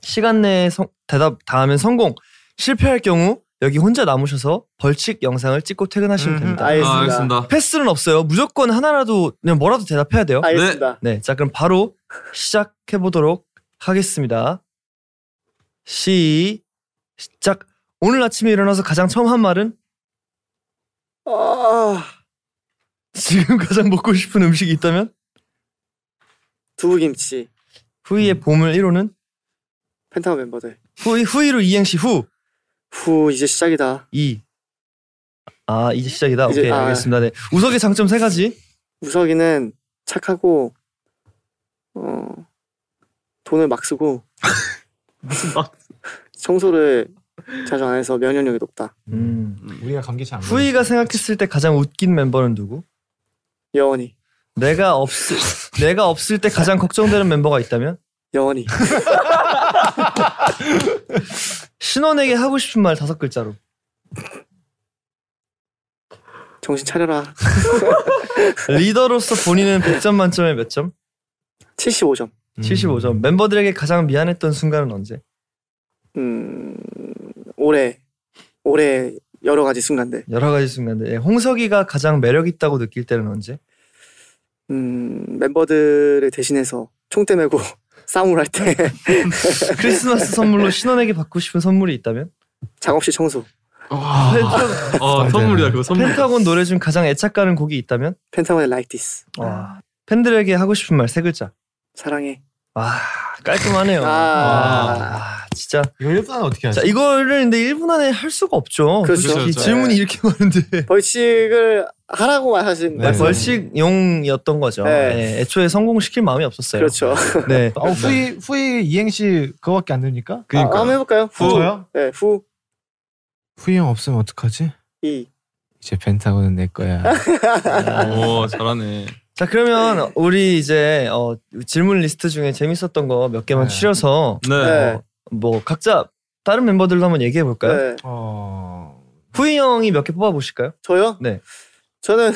S6: 시간 내에 성- 대답 다 하면 성공. 실패할 경우 여기 혼자 남으셔서 벌칙 영상을 찍고 퇴근하시면
S5: 음,
S6: 됩니다.
S4: 알겠습니다.
S7: 아, 알겠습니다.
S6: 패스는 없어요. 무조건 하나라도 그냥 뭐라도 대답해야 돼요.
S4: 알겠습니다.
S6: 네, 자 그럼 바로 시작해 보도록 하겠습니다. 시- 시작. 오늘 아침에 일어나서 가장 처음 한 말은
S4: 아,
S6: 지금 가장 먹고 싶은 음식이 있다면
S4: 두부김치
S6: 후이의 보물 1호는
S4: 펜타곤 멤버들.
S6: 후이 후이로 이행시 후.
S4: 후 이제 시작이다.
S6: 이 아, 이제 시작이다.
S4: 이제-
S6: 오케이,
S4: 아.
S6: 알겠습니다. 네. 우석의 장점 세 가지.
S4: 우석이는 착하고 어, 돈을 막 쓰고 청소를 자주 안 해서 면역력이 높다.
S6: 음.
S5: 우리가 감기 잘안
S6: 후이가 생각했을 때 가장 웃긴 멤버는 누구?
S4: 여원이,
S6: 내가 없을 내가 없을 때 가장 걱정되는 멤버가 있다면
S4: 여원이.
S6: 신원에게 하고 싶은 말 다섯 글자로.
S4: 정신 차려라.
S6: 리더로서 본인은 100점 만점에 몇 점?
S4: 75점.
S6: 75점. 멤버들에게 가장 미안했던 순간은 언제?
S4: 음, 올해 올해 여러 가지 순간들.
S6: 여러 가지 순간들. 예, 홍석이가 가장 매력 있다고 느낄 때는 언제?
S4: 음, 멤버들을 대신해서 총대 메고 싸움을 할 때
S6: 크리스마스 선물로 신원에게 받고 싶은 선물이 있다면?
S4: 작업실 청소,
S3: 아,
S7: 와. 어, 선물이다 그거 선물.
S6: 펜타곤 노래 중 가장 애착 가는 곡이 있다면?
S4: 펜타곤의 Like This.
S6: 와, 팬들에게 하고 싶은 말 세 글자.
S4: 사랑해.
S6: 와 깔끔하네요.
S4: 아.
S6: 어. 와, 진짜.
S5: 이거 일단 어떻게 하지?
S6: 자 이거를 근데 1분 안에 할 수가 없죠.
S4: 그렇죠.
S6: 솔직히
S7: 그렇죠.
S6: 질문이 이렇게 많은데.
S4: 벌칙을 하라고 하신
S5: 네.
S4: 말씀.
S6: 벌칙용이었던 거죠.
S4: 네.
S6: 네, 애초에 성공시킬 마음이 없었어요.
S4: 그렇죠.
S6: 네.
S5: 어, 후이 후이 이행시 그거밖에 안 됩니까?
S4: 아, 한번 해볼까요?
S5: 후. 저요?
S4: 네, 후,
S5: 후이 형 없으면 어떡하지?
S4: 이.
S5: 이제 펜타곤은 내 거야.
S6: 아,
S3: 아,
S7: 오 잘하네.
S6: 자 그러면 우리 이제 어, 질문 리스트 중에 재밌었던 거 몇 개만
S5: 네.
S6: 추려서
S7: 네.
S4: 네.
S6: 뭐 각자 다른 멤버들도 한번 얘기해 볼까요?
S4: 네.
S5: 어.
S6: 후이 형이 몇 개 뽑아 보실까요?
S4: 저요?
S6: 네.
S4: 저는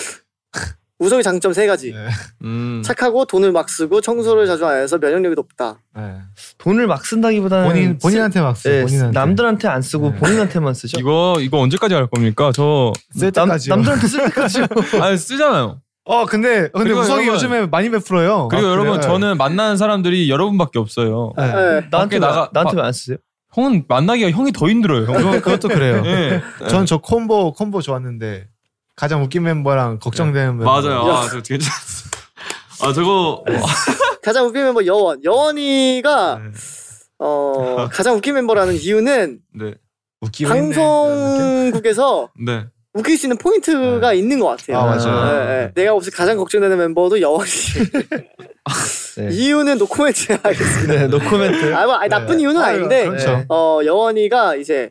S4: 우석이 장점 세 가지.
S5: 네.
S7: 음.
S4: 착하고 돈을 막 쓰고 청소를 자주 안 해서 면역력이 높다.
S5: 네.
S6: 돈을 막 쓴다기보다는
S5: 본인 본인한테 막 쓰.
S6: 예,
S5: 본인한테.
S6: 남들한테 안 쓰고
S5: 네.
S6: 본인한테만 쓰죠.
S7: 이거 이거 언제까지 할 겁니까? 저
S5: 쓸
S6: 남,
S5: 때까지요.
S6: 남들한테 쓸 때까지요.
S7: 아니 쓰잖아요.
S5: 어 근데 근데
S7: 그리고
S5: 우석이
S7: 여러분-
S5: 요즘에 많이 베풀어요.
S7: 그리고
S5: 아,
S7: 여러분
S5: 그래요?
S7: 저는 만나는 사람들이 여러분밖에 없어요.
S5: 네.
S4: 네.
S6: 나한테
S7: 나가-
S6: 나가 나한테 왜 안 쓰세요?
S7: 형은 만나기가 형이 더 힘들어요. 형.
S5: 그건- 그것도 그래요.
S7: 예.
S3: 네.
S5: 저는 저 콤보 콤보 좋았는데 가장 웃긴 멤버랑 걱정되는
S3: 네.
S5: 멤버.
S7: 맞아요. 아, 저 괜찮았어. 아, 저거
S4: 가장 웃긴 멤버 여원. 여원이가
S7: 네.
S4: 어, 가장 웃긴 멤버라는 이유는
S7: 네.
S5: 웃기고 있네, 이런 느낌?
S4: 방송국에서
S7: 네.
S4: 웃길 수 있는 포인트가 있는 것 같아요.
S5: 아
S7: 네.
S5: 맞아요.
S4: 예, 예. 내가 없을 가장 걱정되는 멤버도 여원이.
S6: 네.
S4: 이유는 노코멘트 하겠습니다.
S6: 네, 노코멘트.
S4: 아, 뭐, 아니, 나쁜
S5: 네.
S4: 이유는
S5: 아유,
S4: 아닌데,
S5: 그렇죠.
S6: 네.
S4: 어, 여원이가 이제,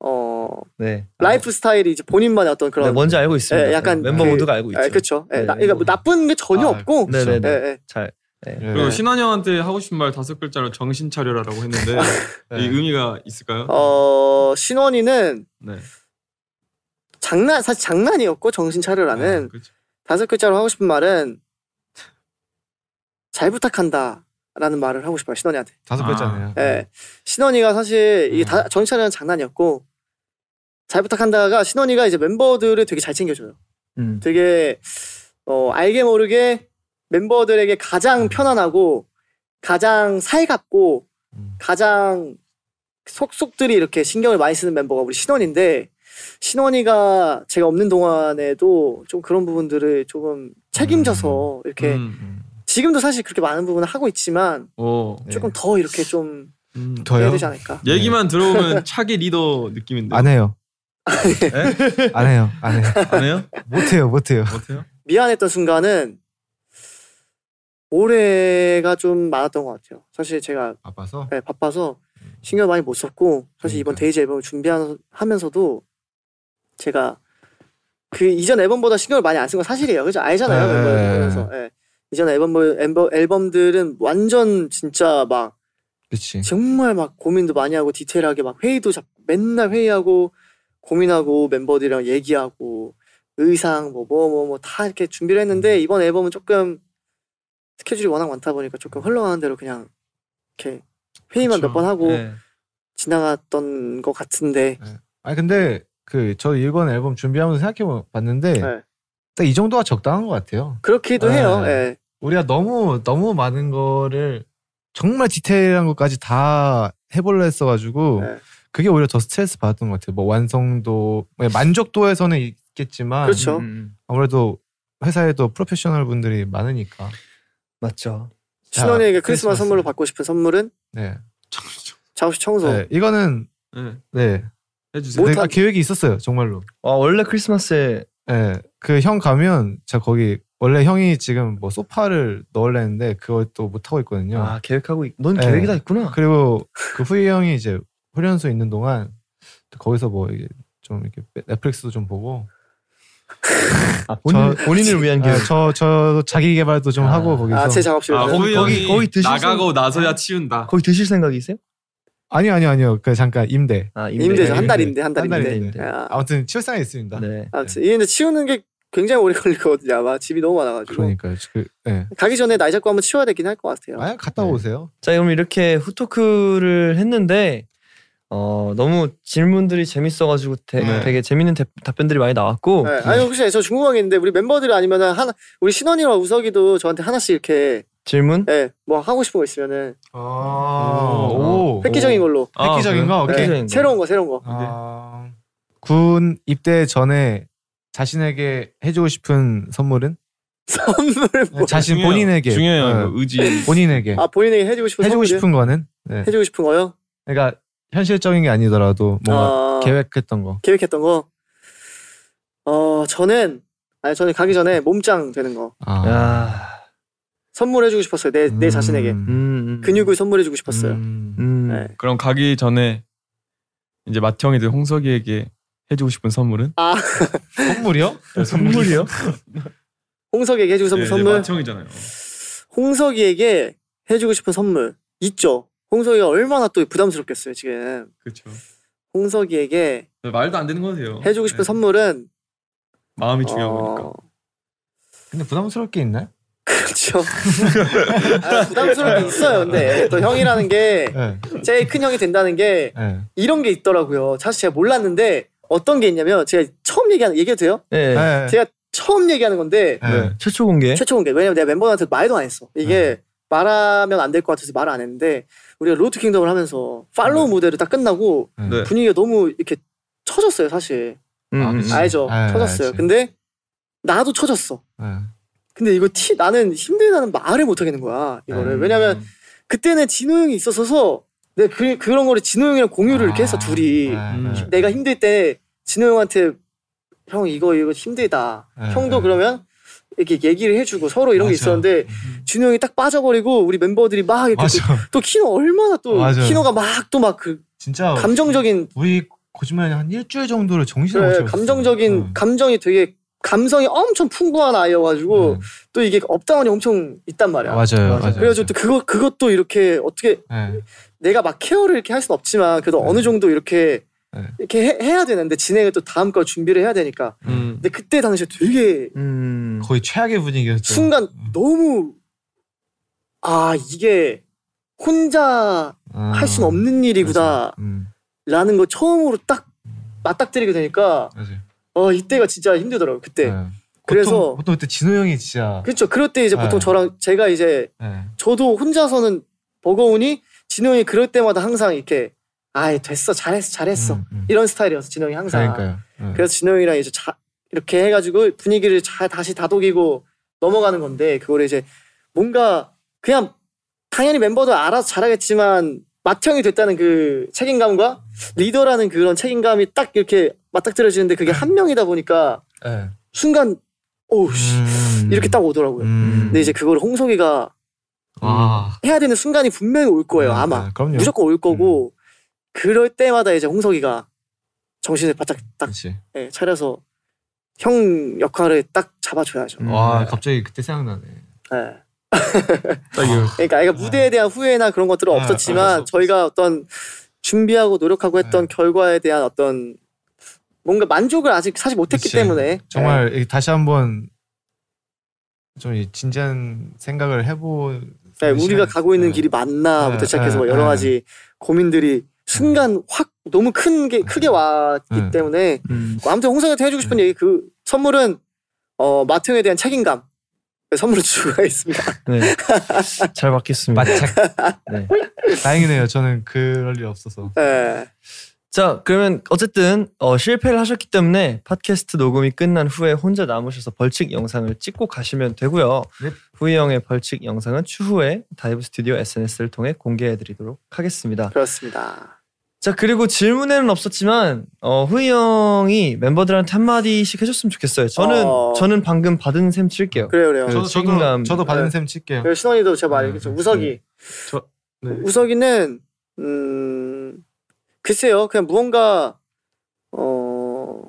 S4: 어,
S6: 네.
S4: 라이프 스타일이 이제 본인만의 어떤
S6: 네,
S4: 그런.
S6: 뭔지 알고 있습니다.
S4: 예, 약간
S6: 멤버
S4: 그-
S6: 모두가 알고 있죠.
S4: 예, 그쵸. 예,
S6: 네,
S4: 나, 그러니까 뭐
S6: 네.
S4: 나쁜 게 전혀
S5: 아,
S4: 없고.
S5: 그렇죠.
S6: 네네네.
S4: 예, 예.
S6: 잘.
S5: 네.
S7: 그리고 신환 형한테 하고 싶은 말 다섯 글자로 정신 차려라라고 했는데
S5: 네.
S7: 이 의미가 있을까요?
S4: 어, 신원이는
S7: 네.
S4: 장난, 사실 장난이었고, 정신 차려라는
S7: 아, 그렇죠.
S4: 다섯 글자로 하고 싶은 말은, 잘 부탁한다. 라는 말을 하고 싶어요, 신원이한테.
S5: 다섯
S7: 아.
S5: 글자네요.
S6: 음.
S4: 예. 신원이가 사실, 이게 다, 정신 차려는 장난이었고, 잘 부탁한다가 신원이가 이제 멤버들을 되게 잘 챙겨줘요.
S6: 음.
S4: 되게 어, 알게 모르게 멤버들에게 가장 편안하고 가장 살갑고
S5: 음.
S4: 가장 속속들이 이렇게 신경을 많이 쓰는 멤버가 우리 신원인데 신원이가 제가 없는 동안에도 좀 그런 부분들을 조금 책임져서 이렇게
S7: 음.
S4: 지금도 사실 그렇게 많은 부분을 하고 있지만
S7: 오.
S4: 조금 더 이렇게 좀
S7: 어. 음.
S4: 해야
S5: 네. 더요? 네.
S4: 되지 않을까
S5: 예,
S7: 얘기만 들어오면 차기 리더 느낌인데.
S5: 안 해요. 안 해요. 안 해요.
S7: 안 해요?
S5: 못해요. 못해요.
S7: 못해요?
S4: 미안했던 순간은 올해가 좀 많았던 것 같아요 사실 제가
S5: 아파서.
S4: 네, 바빠서 신경 많이 못 썼고 사실 이번
S1: 그러니까요.
S4: 데이지 앨범을 준비하면서도 제가 그 이전 앨범보다 신경을 많이 안 쓴 건 사실이에요. 그죠? 알잖아요.
S5: 네.
S4: 멤버들 그래서 예. 이전 앨범 앨범 앨범들은 완전 진짜 막
S1: 그치.
S4: 정말 막 고민도 많이 하고 디테일하게 막 회의도 잡 맨날 회의하고 고민하고 멤버들이랑 얘기하고 의상 뭐 뭐 뭐 뭐 다 이렇게 준비를 했는데 이번 앨범은 조금 스케줄이 워낙 많다 보니까 조금 흘러가는 대로 그냥 이렇게 회의만
S7: 그쵸.
S4: 몇 번 하고
S6: 네.
S4: 지나갔던 것 같은데
S5: 아니 근데 그 저 이번 앨범 준비하면서 생각해 봤는데
S4: 네.
S5: 딱 이 정도가 적당한 것 예. 같아요.
S4: 그렇기도
S5: 네.
S4: 해요. 예.
S5: 우리가 너무 너무 많은 거를 정말 디테일한 것까지 다 해보려 했어가지고
S4: 네.
S5: 그게 오히려 더 스트레스 받았던 것 같아요. 뭐 완성도 뭐 만족도에서는 있겠지만
S4: 그렇죠.
S6: 음,
S5: 아무래도 회사에도 프로페셔널 분들이 많으니까.
S6: 맞죠.
S5: 자,
S4: 신원이에게 크리스마스
S5: 크리스마스.
S4: 선물로 받고 싶은 선물은
S5: 네.
S4: 작업실 청소.
S5: 네, 이거는
S7: 네,
S5: 네.
S4: 뭐
S7: 해주세요.
S5: 내가 계획이 있었어요, 정말로.
S6: 아, 원래 크리스마스에
S5: 예, 그 형 가면 제가 거기 원래 형이 지금 뭐 소파를 넣으려는데 그걸 또 못 하고 있거든요.
S6: 아 계획하고 있, 넌
S5: 네.
S6: 계획이 다 있구나.
S5: 그리고 그 후이 형이 이제 훈련소 있는 동안 또 거기서 뭐 이게 좀 이렇게 넷플릭스도 좀 보고
S6: 아, 본인, 본인을 위한 계획.
S5: 아, 저, 저 자기 개발도 좀
S6: 아.
S5: 하고 거기서
S4: 아 제 작업실.
S7: 아,
S4: 아,
S7: 호이
S6: 거기-
S7: 형이
S6: 거기 드실
S7: 나가고 나서야 치운다.
S6: 거기 드실 생각이세요?
S5: 니요 아니요 아니요 그 잠깐 임대
S6: 아
S4: 임대죠. 한
S5: 네.
S4: 달인데 한
S5: 한
S4: 달인데.
S5: 달 임대.
S6: 임대.
S4: 아,
S5: 아무튼 치울상이 있습니다
S6: 네.
S4: 아무튼 이데 치우는 게 굉장히 오래 걸릴 거거든요. 아마 집이 너무 많아가지고.
S5: 그러니까요 그, 예.
S4: 가기 전에 날 잡고 한번 치워야 되긴 할 것 같아요.
S5: 아 갔다
S6: 네.
S5: 오세요
S6: 자 그럼 이렇게 후토크를 했는데 어 너무 질문들이 재밌어가지고 되,
S7: 네.
S6: 되게 재밌는 대- 답변들이 많이 나왔고
S4: 네.
S5: 뭐.
S4: 아니 혹시 저 궁금한 게 있는데 우리 멤버들 아니면 하나 우리 신원이랑 우석이도 저한테 하나씩 이렇게
S6: 질문
S4: 예, 뭐 하고 싶은 거 있으면은
S5: 오.
S4: 음. 획기적인 걸로 예,
S7: 아, 그래요?
S5: 획기적인
S7: 네.
S5: 거 오케이
S6: 획기적인 거.
S4: 새로운 거 새로운 거
S5: 아, 군 입대 전에 자신에게 해주고 싶은 선물은
S4: 선물 뭐.
S5: 아, 자신
S7: 아, 중요해요.
S5: 본인에게
S7: 중요해요. 그
S5: 어,
S7: 이거 의지.
S5: 본인에게
S4: 아 본인에게 해주고 싶은
S5: 해주고
S4: 선물이요?
S5: 싶은 거는 네.
S4: 해주고 싶은 거요?
S5: 그러니까 현실적인 게 아니더라도 뭔가
S4: 아,
S5: 계획했던 거
S4: 계획했던 거. 어 저는 아니 저는 가기 전에 몸짱 되는 거
S5: 아.
S6: 아,
S4: 선물해주고 싶었어요. 네, 내 내
S5: 음.
S4: 자신에게
S6: 음, 음.
S4: 근육을 선물해주고 싶었어요.
S5: 음.
S6: 음.
S4: 네.
S7: 그럼 가기 전에 이제 마티 형이들 홍석이에게 해주고 싶은 선물은?
S4: 아
S5: 선물이요?
S6: 네, 선물이요?
S4: 홍석에게 해주고 싶은
S7: 네, 이제
S4: 선물.
S7: 마티 형이잖아요.
S4: 홍석이에게 해주고 싶은 선물 있죠. 홍석이가 얼마나 또 부담스럽겠어요 지금.
S7: 그렇죠.
S4: 홍석이에게
S7: 말도 안 되는 거세요.
S4: 해주고 싶은
S7: 네.
S4: 선물은
S7: 마음이 중요한 거니까.
S4: 어,
S5: 근데 부담스러울 게 있나요?
S4: 그렇죠. 아, 부담스러운 게 있어요. 근데 또 형이라는 게
S5: 네.
S4: 제일 큰 형이 된다는 게
S5: 네.
S4: 이런 게 있더라고요. 사실 제가 몰랐는데 어떤 게 있냐면 제가 처음 얘기하는 얘기해도 돼요?
S6: 네.
S5: 네.
S4: 제가 처음 얘기하는 건데
S5: 네.
S6: 최초 공개.
S4: 최초 공개. 왜냐면 내가 멤버한테 말도 안 했어. 이게
S7: 네.
S4: 말하면 안 될 것 같아서 말을 안 했는데 우리가 로드 킹덤을 하면서 팔로우 무대를 딱 끝나고
S7: 네.
S4: 분위기가 너무 이렇게 처졌어요 사실
S6: 음,
S5: 아,
S6: 음.
S5: 그치.
S4: 알죠
S5: 아,
S4: 처졌어요
S5: 알지.
S4: 근데 나도 처졌어
S5: 네.
S4: 근데 이거 티 나는 힘들다는 말을 못 하겠는 거야 이거를
S5: 음.
S4: 왜냐면 그때는 진호 형이 있어서 내가 그, 그런 거를 진호 형이랑 공유를 이렇게 해서
S5: 아,
S4: 둘이 음,
S5: 네, 네.
S4: 내가 힘들 때 진호 형한테 형 이거 이거 힘들다
S5: 네,
S4: 형도
S5: 네.
S4: 그러면 이렇게 얘기를 해주고 서로 이런 게
S5: 맞아. 음.
S4: 있었는데 진호 형이 딱 빠져버리고 우리 멤버들이 막 이렇게
S5: 맞아.
S4: 또 키노 얼마나 또
S5: 맞아요.
S4: 키노가 막 또 막 그
S5: 진짜
S4: 감정적인
S5: 우리 거짓말이 한 일주일 정도를 정신을 못
S4: 그래,
S5: 차렸어요.
S4: 네, 감정적인
S5: 네.
S4: 감정이 되게 감성이 엄청 풍부한 아이여가지고 또 이게 업다운이 엄청 있단
S5: 네.
S4: 말이야.
S5: 음. 맞아요. 맞아요. 맞아요.
S4: 그래가지고 또 그거 그것도 이렇게 어떻게
S5: 네.
S4: 내가 막 케어를 이렇게 할 순 없지만 그래도
S5: 네.
S4: 어느 정도 이렇게
S5: 네.
S4: 이렇게 해, 해야 되는데 진행을 또 다음 걸 준비를 해야 되니까.
S7: 음.
S4: 근데 그때 당시에 되게
S5: 그렇죠.
S6: 음.
S5: 거의 최악의 분위기였죠.
S4: 순간
S5: 음.
S4: 너무 아 이게 혼자
S5: 아,
S4: 할 순 없는 일이구나라는
S5: 음,
S4: 거 처음으로 딱 맞닥뜨리게 되니까
S5: 맞아요.
S4: 어 이때가 진짜 힘들더라고 요 그때.
S5: 네.
S4: 그래서-
S5: 보통, 보통 그때 진호 형이 진짜
S4: 그렇죠. 그럴 때 이제 보통
S5: 네.
S4: 저랑 제가 이제
S5: 네.
S4: 저도 혼자서는 버거우니 진호 형이 그럴 때마다 항상 이렇게 아이 됐어 잘했어 잘했어
S5: 음, 음.
S4: 이런 스타일이어서 진호 형이 항상
S5: 그러니까요. 네.
S4: 래서 진호 형이랑 이제 자, 이렇게 해가지고 분위기를 잘 다시 다독이고 넘어가는 건데 그거를 이제 뭔가 그냥 당연히 멤버도 알아서 잘하겠지만 맏형이 됐다는 그 책임감과 리더라는 그런 책임감이 딱 이렇게 맞닥뜨려지는데 그게 한 명이다 보니까
S5: 네.
S4: 순간 오우씨
S5: 음.
S4: 이렇게 딱 오더라고요.
S5: 음.
S4: 근데 이제 그걸 홍석이가
S5: 아.
S6: 음.
S4: 해야 되는 순간이 분명히 올 거예요.
S5: 네,
S4: 아마
S5: 네, 그럼요.
S4: 무조건 올 거고 그럴 때마다 이제 홍석이가 정신을 바짝 딱
S5: 그렇지.
S4: 예, 차려서 형 역할을 딱 잡아줘야죠.
S6: 음.
S5: 와 갑자기 그때 생각나네.
S4: 예.
S5: 딱 이거.
S4: 그러니까 애가 무대에 대한 후회나 그런 것들은
S5: 아,
S4: 없었지만
S5: 아, 없었-
S4: 저희가 어떤 준비하고 노력하고 했던
S5: 네.
S4: 결과에 대한 어떤 뭔가 만족을 아직 사실 못했기
S5: 그치.
S4: 때문에 예.
S5: 정말 이- 다시 한번 좀이 진지한 생각을 해보.
S4: 네, 우리가 가고 있는 길이 맞나부터
S5: 네,
S4: 시작해서
S5: 네,
S4: 뭐 여러
S5: 네.
S4: 가지 고민들이 순간 확 너무 큰 게 크게 왔기
S5: 네.
S4: 때문에
S6: 음.
S4: 뭐 아무튼 홍성한테 해주고 싶은 얘기 그 선물은 어, 마트 형에 대한 책임감 그 선물을 주고 가겠습니다.
S6: 네. 잘 받겠습니다.
S5: 맞착.
S6: 네.
S5: 다행이네요. 저는 그럴 일 없어서.
S4: 네.
S6: 자 그러면 어쨌든 어, 실패를 하셨기 때문에 팟캐스트 녹음이 끝난 후에 혼자 남으셔서 벌칙 영상을 찍고 가시면 되고요.
S5: 네.
S6: 후이 형의 벌칙 영상은 추후에 다이브 스튜디오 SNS를 통해 공개해드리도록 하겠습니다.
S4: 그렇습니다.
S6: 자 그리고 질문에는 없었지만 어, 후이 형이 멤버들한테 한마디씩 해줬으면 좋겠어요. 저는
S4: 어.
S6: 저는 방금 받은 셈 칠게요.
S4: 그래요, 그래요.
S5: 저도 음. 저도
S6: 책임감.
S5: 저도
S4: 네.
S5: 받은 셈 칠게요.
S4: 그리고 신원이도 제가 말했죠. 우석이.
S5: 네.
S4: 우석이는 음 글쎄요 그냥 무언가 어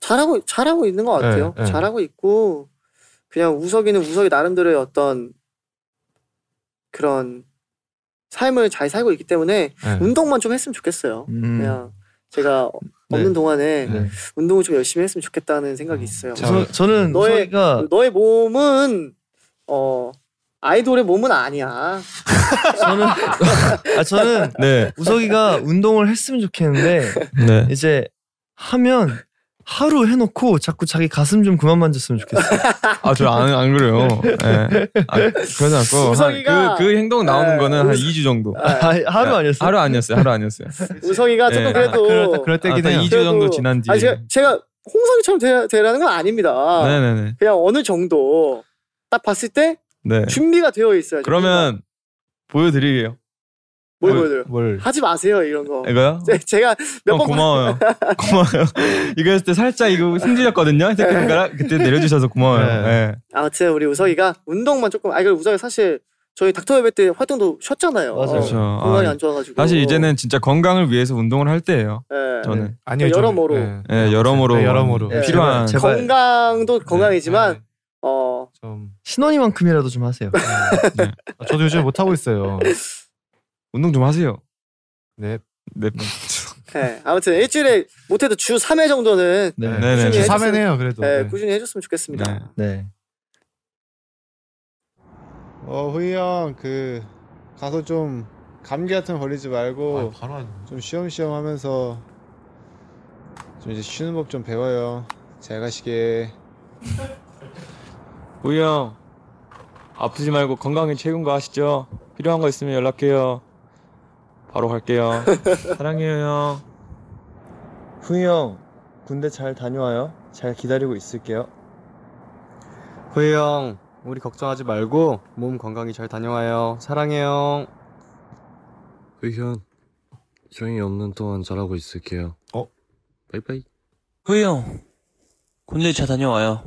S4: 잘하고 잘하고 있는 것 같아요
S5: 네, 네.
S4: 잘하고 있고 그냥 우석이는 우석이 나름대로의 어떤 그런 삶을 잘 살고 있기 때문에
S5: 네.
S4: 운동만 좀 했으면 좋겠어요
S6: 음.
S4: 그냥 제가
S6: 네.
S4: 없는 동안에
S6: 네.
S4: 운동을 좀 열심히 했으면 좋겠다는 생각이
S5: 음,
S4: 있어요
S5: 자,
S6: 우선, 저는
S4: 너의-
S6: 우석이가
S4: 너의 몸은 어 아이돌의 몸은 아니야
S6: 저는 아 저는
S3: 네.
S6: 우석이가 운동을 했으면 좋겠는데
S3: 네.
S6: 이제 하면 하루 해놓고 자꾸 자기 가슴 좀 그만 만졌으면 좋겠어요.
S3: 아, 저 안, 안 그래요. 네. 아, 그러지 않고. 한
S4: 우석이가-
S3: 그, 그 행동 나오는
S4: 네.
S3: 거는 한
S4: 우석-
S3: 2주 정도. 네.
S6: 아, 하루 아니었어요?
S3: 하루 아니었어요. 하루 아니었어요.
S4: 우성이가 조금
S3: 예.
S4: 그래도
S5: 그럴, 그럴 때긴
S3: 아,
S5: 해요.
S3: 이- 2주
S4: 그래도-
S3: 정도 지난 뒤에.
S4: 아니, 제가, 제가 홍성이처럼 되, 되라는 건 아닙니다.
S3: 네네네.
S4: 그냥 어느 정도 딱 봤을 때
S3: 네.
S4: 준비가 되어 있어야죠.
S3: 그러면 그 보여드릴게요.
S4: 뭘 보여드려?
S5: 뭘?
S4: 하지 마세요 이런 거.
S3: 이거요?
S4: 제, 제가
S3: 형
S4: 몇번
S3: 어, 고마워요. 고마워요. 이거 했을 때 살짝 이거 힘들었거든요. 그러니까 그때 내려주셔서 고마워요.
S5: 네.
S3: 네.
S4: 아무튼 우리 우성이가 운동만 조금 아 이거 우성이 사실 저희 닥터웹 때 활동도 쉬었잖아요.
S6: 맞아요.
S3: 그렇죠.
S4: 어, 건강이
S3: 아,
S4: 안 좋아가지고.
S3: 사실 이제는 진짜 건강을 위해서 운동을 할 때예요.
S4: 예.
S3: 저는
S5: 아니요.
S4: 여러모로.
S5: 저는-
S3: 예, 여러모로
S5: 네, 여러모로.
S4: 예.
S3: 필요한
S6: 제발.
S4: 건강도 건강이지만
S5: 네,
S4: 어
S5: 아, 좀
S6: 신원이만큼이라도 좀 하세요.
S5: 네. 아, 저도 요즘 못 하고 있어요.
S3: 운동 좀 하세요.
S5: 네.
S3: 네.
S4: 예. 아무튼 일주일에 못해도 주 3회 정도는
S6: 네.
S5: 네.
S6: 네.
S3: 네, 네.
S4: 해줬으면-
S5: 사회네요 그래도.
S4: 예,
S5: 네.
S4: 꾸준히 해줬으면 좋겠습니다.
S3: 네.
S8: 어 후이 형 그 가서 좀 감기 같은 거 걸리지
S5: 아,
S8: 말고
S5: 바로 하죠.
S8: 좀 쉬엄쉬엄 하면서 좀 이제 쉬는 법 좀 배워요 잘 가시게
S7: 우이 형 아프지 말고 건강이 최고인 거 아시죠? 필요한 거 있으면 연락해요. 바로 갈게요. 사랑해요 형.
S6: 후이 형 군대 잘 다녀와요. 잘 기다리고 있을게요.
S9: 후이 형, 우리 걱정하지 말고 몸 건강히 잘 다녀와요. 사랑해요. 후이 형, 형이 없는 동안 잘하고 있을게요.
S5: 어?
S9: 바이바이.
S10: 후이 형, 군대 잘 다녀와요.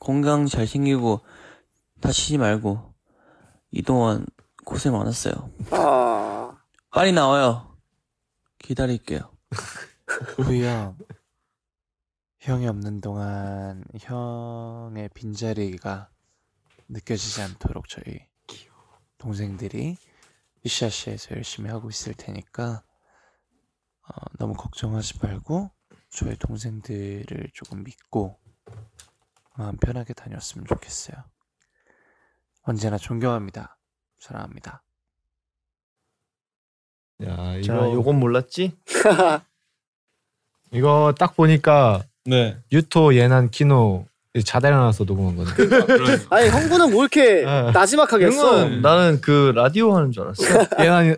S10: 건강 잘 챙기고 다치지 말고 이동안 고생 많았어요.
S4: 아,
S10: 빨리 나와요. 기다릴게요.
S9: 후이 형, 형이 없는 동안 형의 빈자리가 느껴지지 않도록 저희 동생들이 으쌰으쌰해서 열심히 하고 있을 테니까 어, 너무 걱정하지 말고 저희 동생들을 조금 믿고 마음 편하게 다녔으면 좋겠어요. 언제나 존경합니다. 사랑합니다.
S5: 야
S6: 자,
S5: 이거
S6: 요건 몰랐지?
S5: 이거 딱 보니까
S3: 네.
S5: 유토 예난 키노 자다 일어나서 녹음한 건데.
S4: 아니 형부는 뭐 이렇게
S5: 예.
S3: 네.
S4: 나지막하게 했어?
S6: 형은 나는 그 라디오 하는 줄 알았어.
S5: 예난이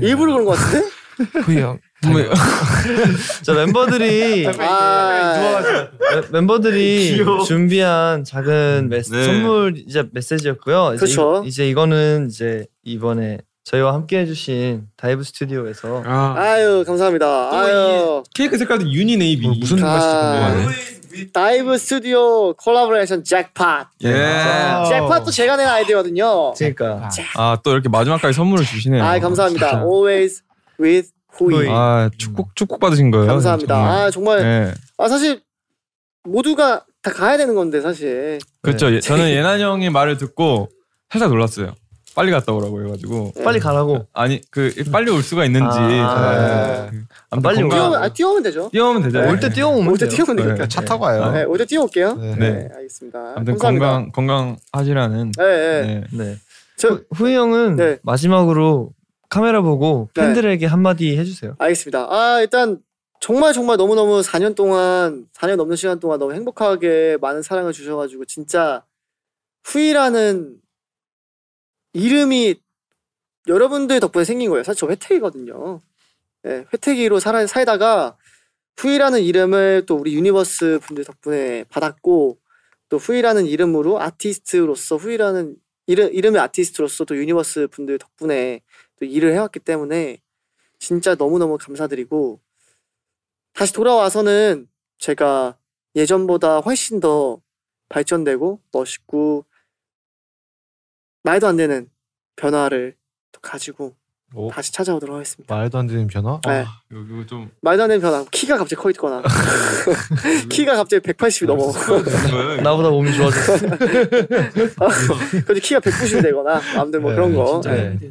S4: 일부러 그런 것 같은데?
S5: 후이 형.
S3: 뭐,
S6: 자 멤버들이
S4: 아,
S6: 멤- 멤버들이 준비한 작은 메시,
S3: 네.
S6: 선물 이제 메시지였고요. 이제,
S4: 음, 그쵸.
S6: 이, 이제 이거는 이제 이번에 저희와 함께 해주신 다이브 스튜디오에서
S3: 아,
S4: 아유 감사합니다. 아유
S3: 케이크 색깔도 유니 네이비.
S5: 무슨
S4: 아,
S5: 맛이
S4: 다이브 스튜디오 콜라보레이션 잭팟.
S3: 예.
S5: 아.
S4: 잭팟도 제가 낸 아이디어거든요.
S6: 그러니까
S3: 아, 또 이렇게 마지막까지 선물을 주시네요.
S4: 아 감사합니다. Always with 후이.
S3: 아 축복 축복 받으신 거예요.
S4: 감사합니다.
S3: 정말.
S4: 아 정말
S3: 네.
S4: 아 사실 모두가 다 가야 되는 건데 사실.
S3: 그렇죠.
S4: 네.
S3: 예, 저는 예난 형이 말을 듣고 살짝 놀랐어요. 빨리 갔다 오라고 해가지고
S4: 빨리
S3: 가라고 아니 그
S4: 음.
S3: 빨리 올 수가 있는지
S6: 아,
S3: 잘 아무튼
S6: 빨리
S3: 건강-
S4: 뛰어오면, 아, 뛰어오면 되죠.
S3: 뛰어오면 되잖아요. 올때 뛰어오면
S4: 네. 올때
S3: 돼요.
S4: 뛰어오면 되니까
S3: 네. 차 타고 와요.
S4: 네, 올때 뛰어올게요. 네,
S3: 네.
S4: 알겠습니다.
S3: 아무튼
S4: 감사합니다.
S3: 건강 건강하시라는
S4: 네, 네.
S6: 네.
S4: 저
S6: 후이 형은 마지막으로 카메라 보고
S4: 네.
S6: 팬들에게 한마디 해주세요.
S4: 알겠습니다. 아, 일단 정말 정말 너무너무 4년 동안 4년 넘는 시간 동안 너무 행복하게 많은 사랑을 주셔 가지고 진짜 후이라는 이름이 여러분들 덕분에 생긴 거예요. 사실 저 회택이거든요. 예, 회택이로 살아 살다가 후이라는 이름을 또 우리 유니버스 분들 덕분에 받았고 또 후이라는 이름으로 아티스트로서 후이라는 이름 이름의 아티스트로서 또 유니버스 분들 덕분에 또 일을 해왔기 때문에 진짜 너무너무 감사드리고 다시 돌아와서는 제가 예전보다 훨씬 더 발전되고 멋있고 말도 안 되는 변화를 또 가지고
S5: 오.
S4: 다시 찾아오도록 하겠습니다.
S5: 말도 안 되는 변화?
S4: 네.
S5: 아, 이거 좀
S4: 말도 안 되는 변화. 키가 갑자기 커 있거나 키가 갑자기 180이 넘어. 네.
S6: 나보다 몸이 좋아졌어.
S4: 그래서 키가 190이 되거나 아무튼 뭐
S6: 네,
S4: 그런 거.
S6: 진짜.
S4: 네.
S6: 네.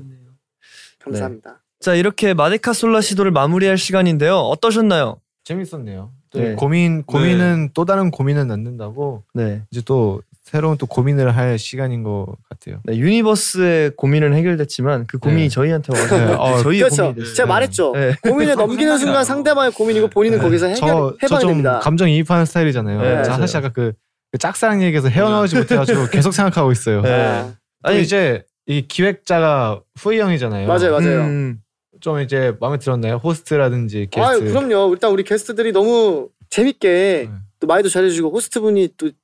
S4: 감사합니다.
S6: 자 이렇게 마데카 솔라 시도를 마무리할 시간인데요. 어떠셨나요?
S5: 재밌었네요. 또
S6: 네.
S5: 고민
S3: 네.
S5: 고민은 또 다른 고민을 낳는다고
S6: 네.
S5: 이제 또 새로운 또 고민을 할 시간인 것 같아요.
S6: 네, 유니버스의 고민은 해결됐지만 그 고민이 저희한테 와서
S5: 네, 어,
S6: 저희 의
S4: 그렇죠.
S6: 고민이 됐어요.
S4: 제가 말했죠.
S6: 네.
S4: 고민을 넘기는 순간 상대방의 고민이고 본인은 거기서 그 해결 해방이
S5: 저좀
S4: 됩니다.
S5: 감정 이입하는 스타일이잖아요.
S4: 네,
S5: 자,
S4: 맞아요. 음.
S5: 사실 아까 그, 그 짝사랑 얘기에서 헤어나오지 못해가지고 계속 생각하고 있어요.
S6: 네.
S5: 아니 이제 이 기획자가 후이
S6: 네.
S5: 형이잖아요.
S4: 맞아요, 맞아요.
S6: 음,
S5: 좀 이제 마음에 들었나요? 호스트라든지 게스트.
S4: 아유, 그럼요. 일단 우리 게스트들이 너무 재밌게
S6: 네.
S4: 또 말도 잘해주고 호스트분이 또 조-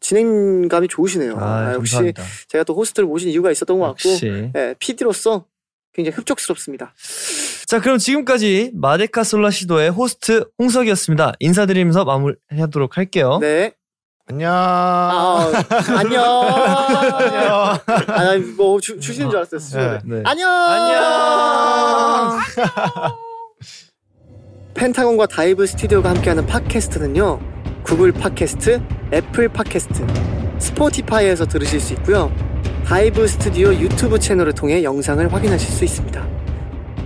S4: 진행감이 좋으시네요.
S6: 아,
S4: 역시
S6: 감사합니다.
S4: 제가 또 호스트를 모신 이유가 있었던 것 같고,
S6: 역시.
S4: 예, PD로서 굉장히 흡족스럽습니다.
S6: 자 그럼 지금까지 마데카 솔라 시도의 호스트 홍석이었습니다. 인사드리면서 마무리하도록 할게요.
S4: 네.
S5: 안녕.
S4: 아, 안녕. 안녕. 아, 뭐 주, 주시는 줄 알았어요. 수저를.
S6: 네.
S4: 안녕. 안녕. 펜타곤과 다이브 스튜디오가 함께하는 팟캐스트는요. 구글 팟캐스트, 애플 팟캐스트, 스포티파이에서 들으실 수 있고요. 다이브 스튜디오 유튜브 채널을 통해 영상을 확인하실 수 있습니다.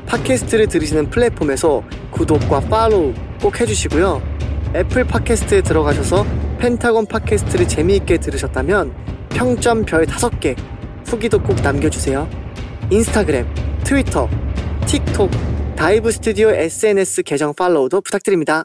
S4: 팟캐스트를 들으시는 플랫폼에서 구독과 팔로우 꼭 해주시고요. 애플 팟캐스트에 들어가셔서 펜타곤 팟캐스트를 재미있게 들으셨다면 평점 별 5개, 후기도 꼭 남겨주세요. 인스타그램, 트위터, 틱톡, 다이브 스튜디오 SNS 계정 팔로우도 부탁드립니다.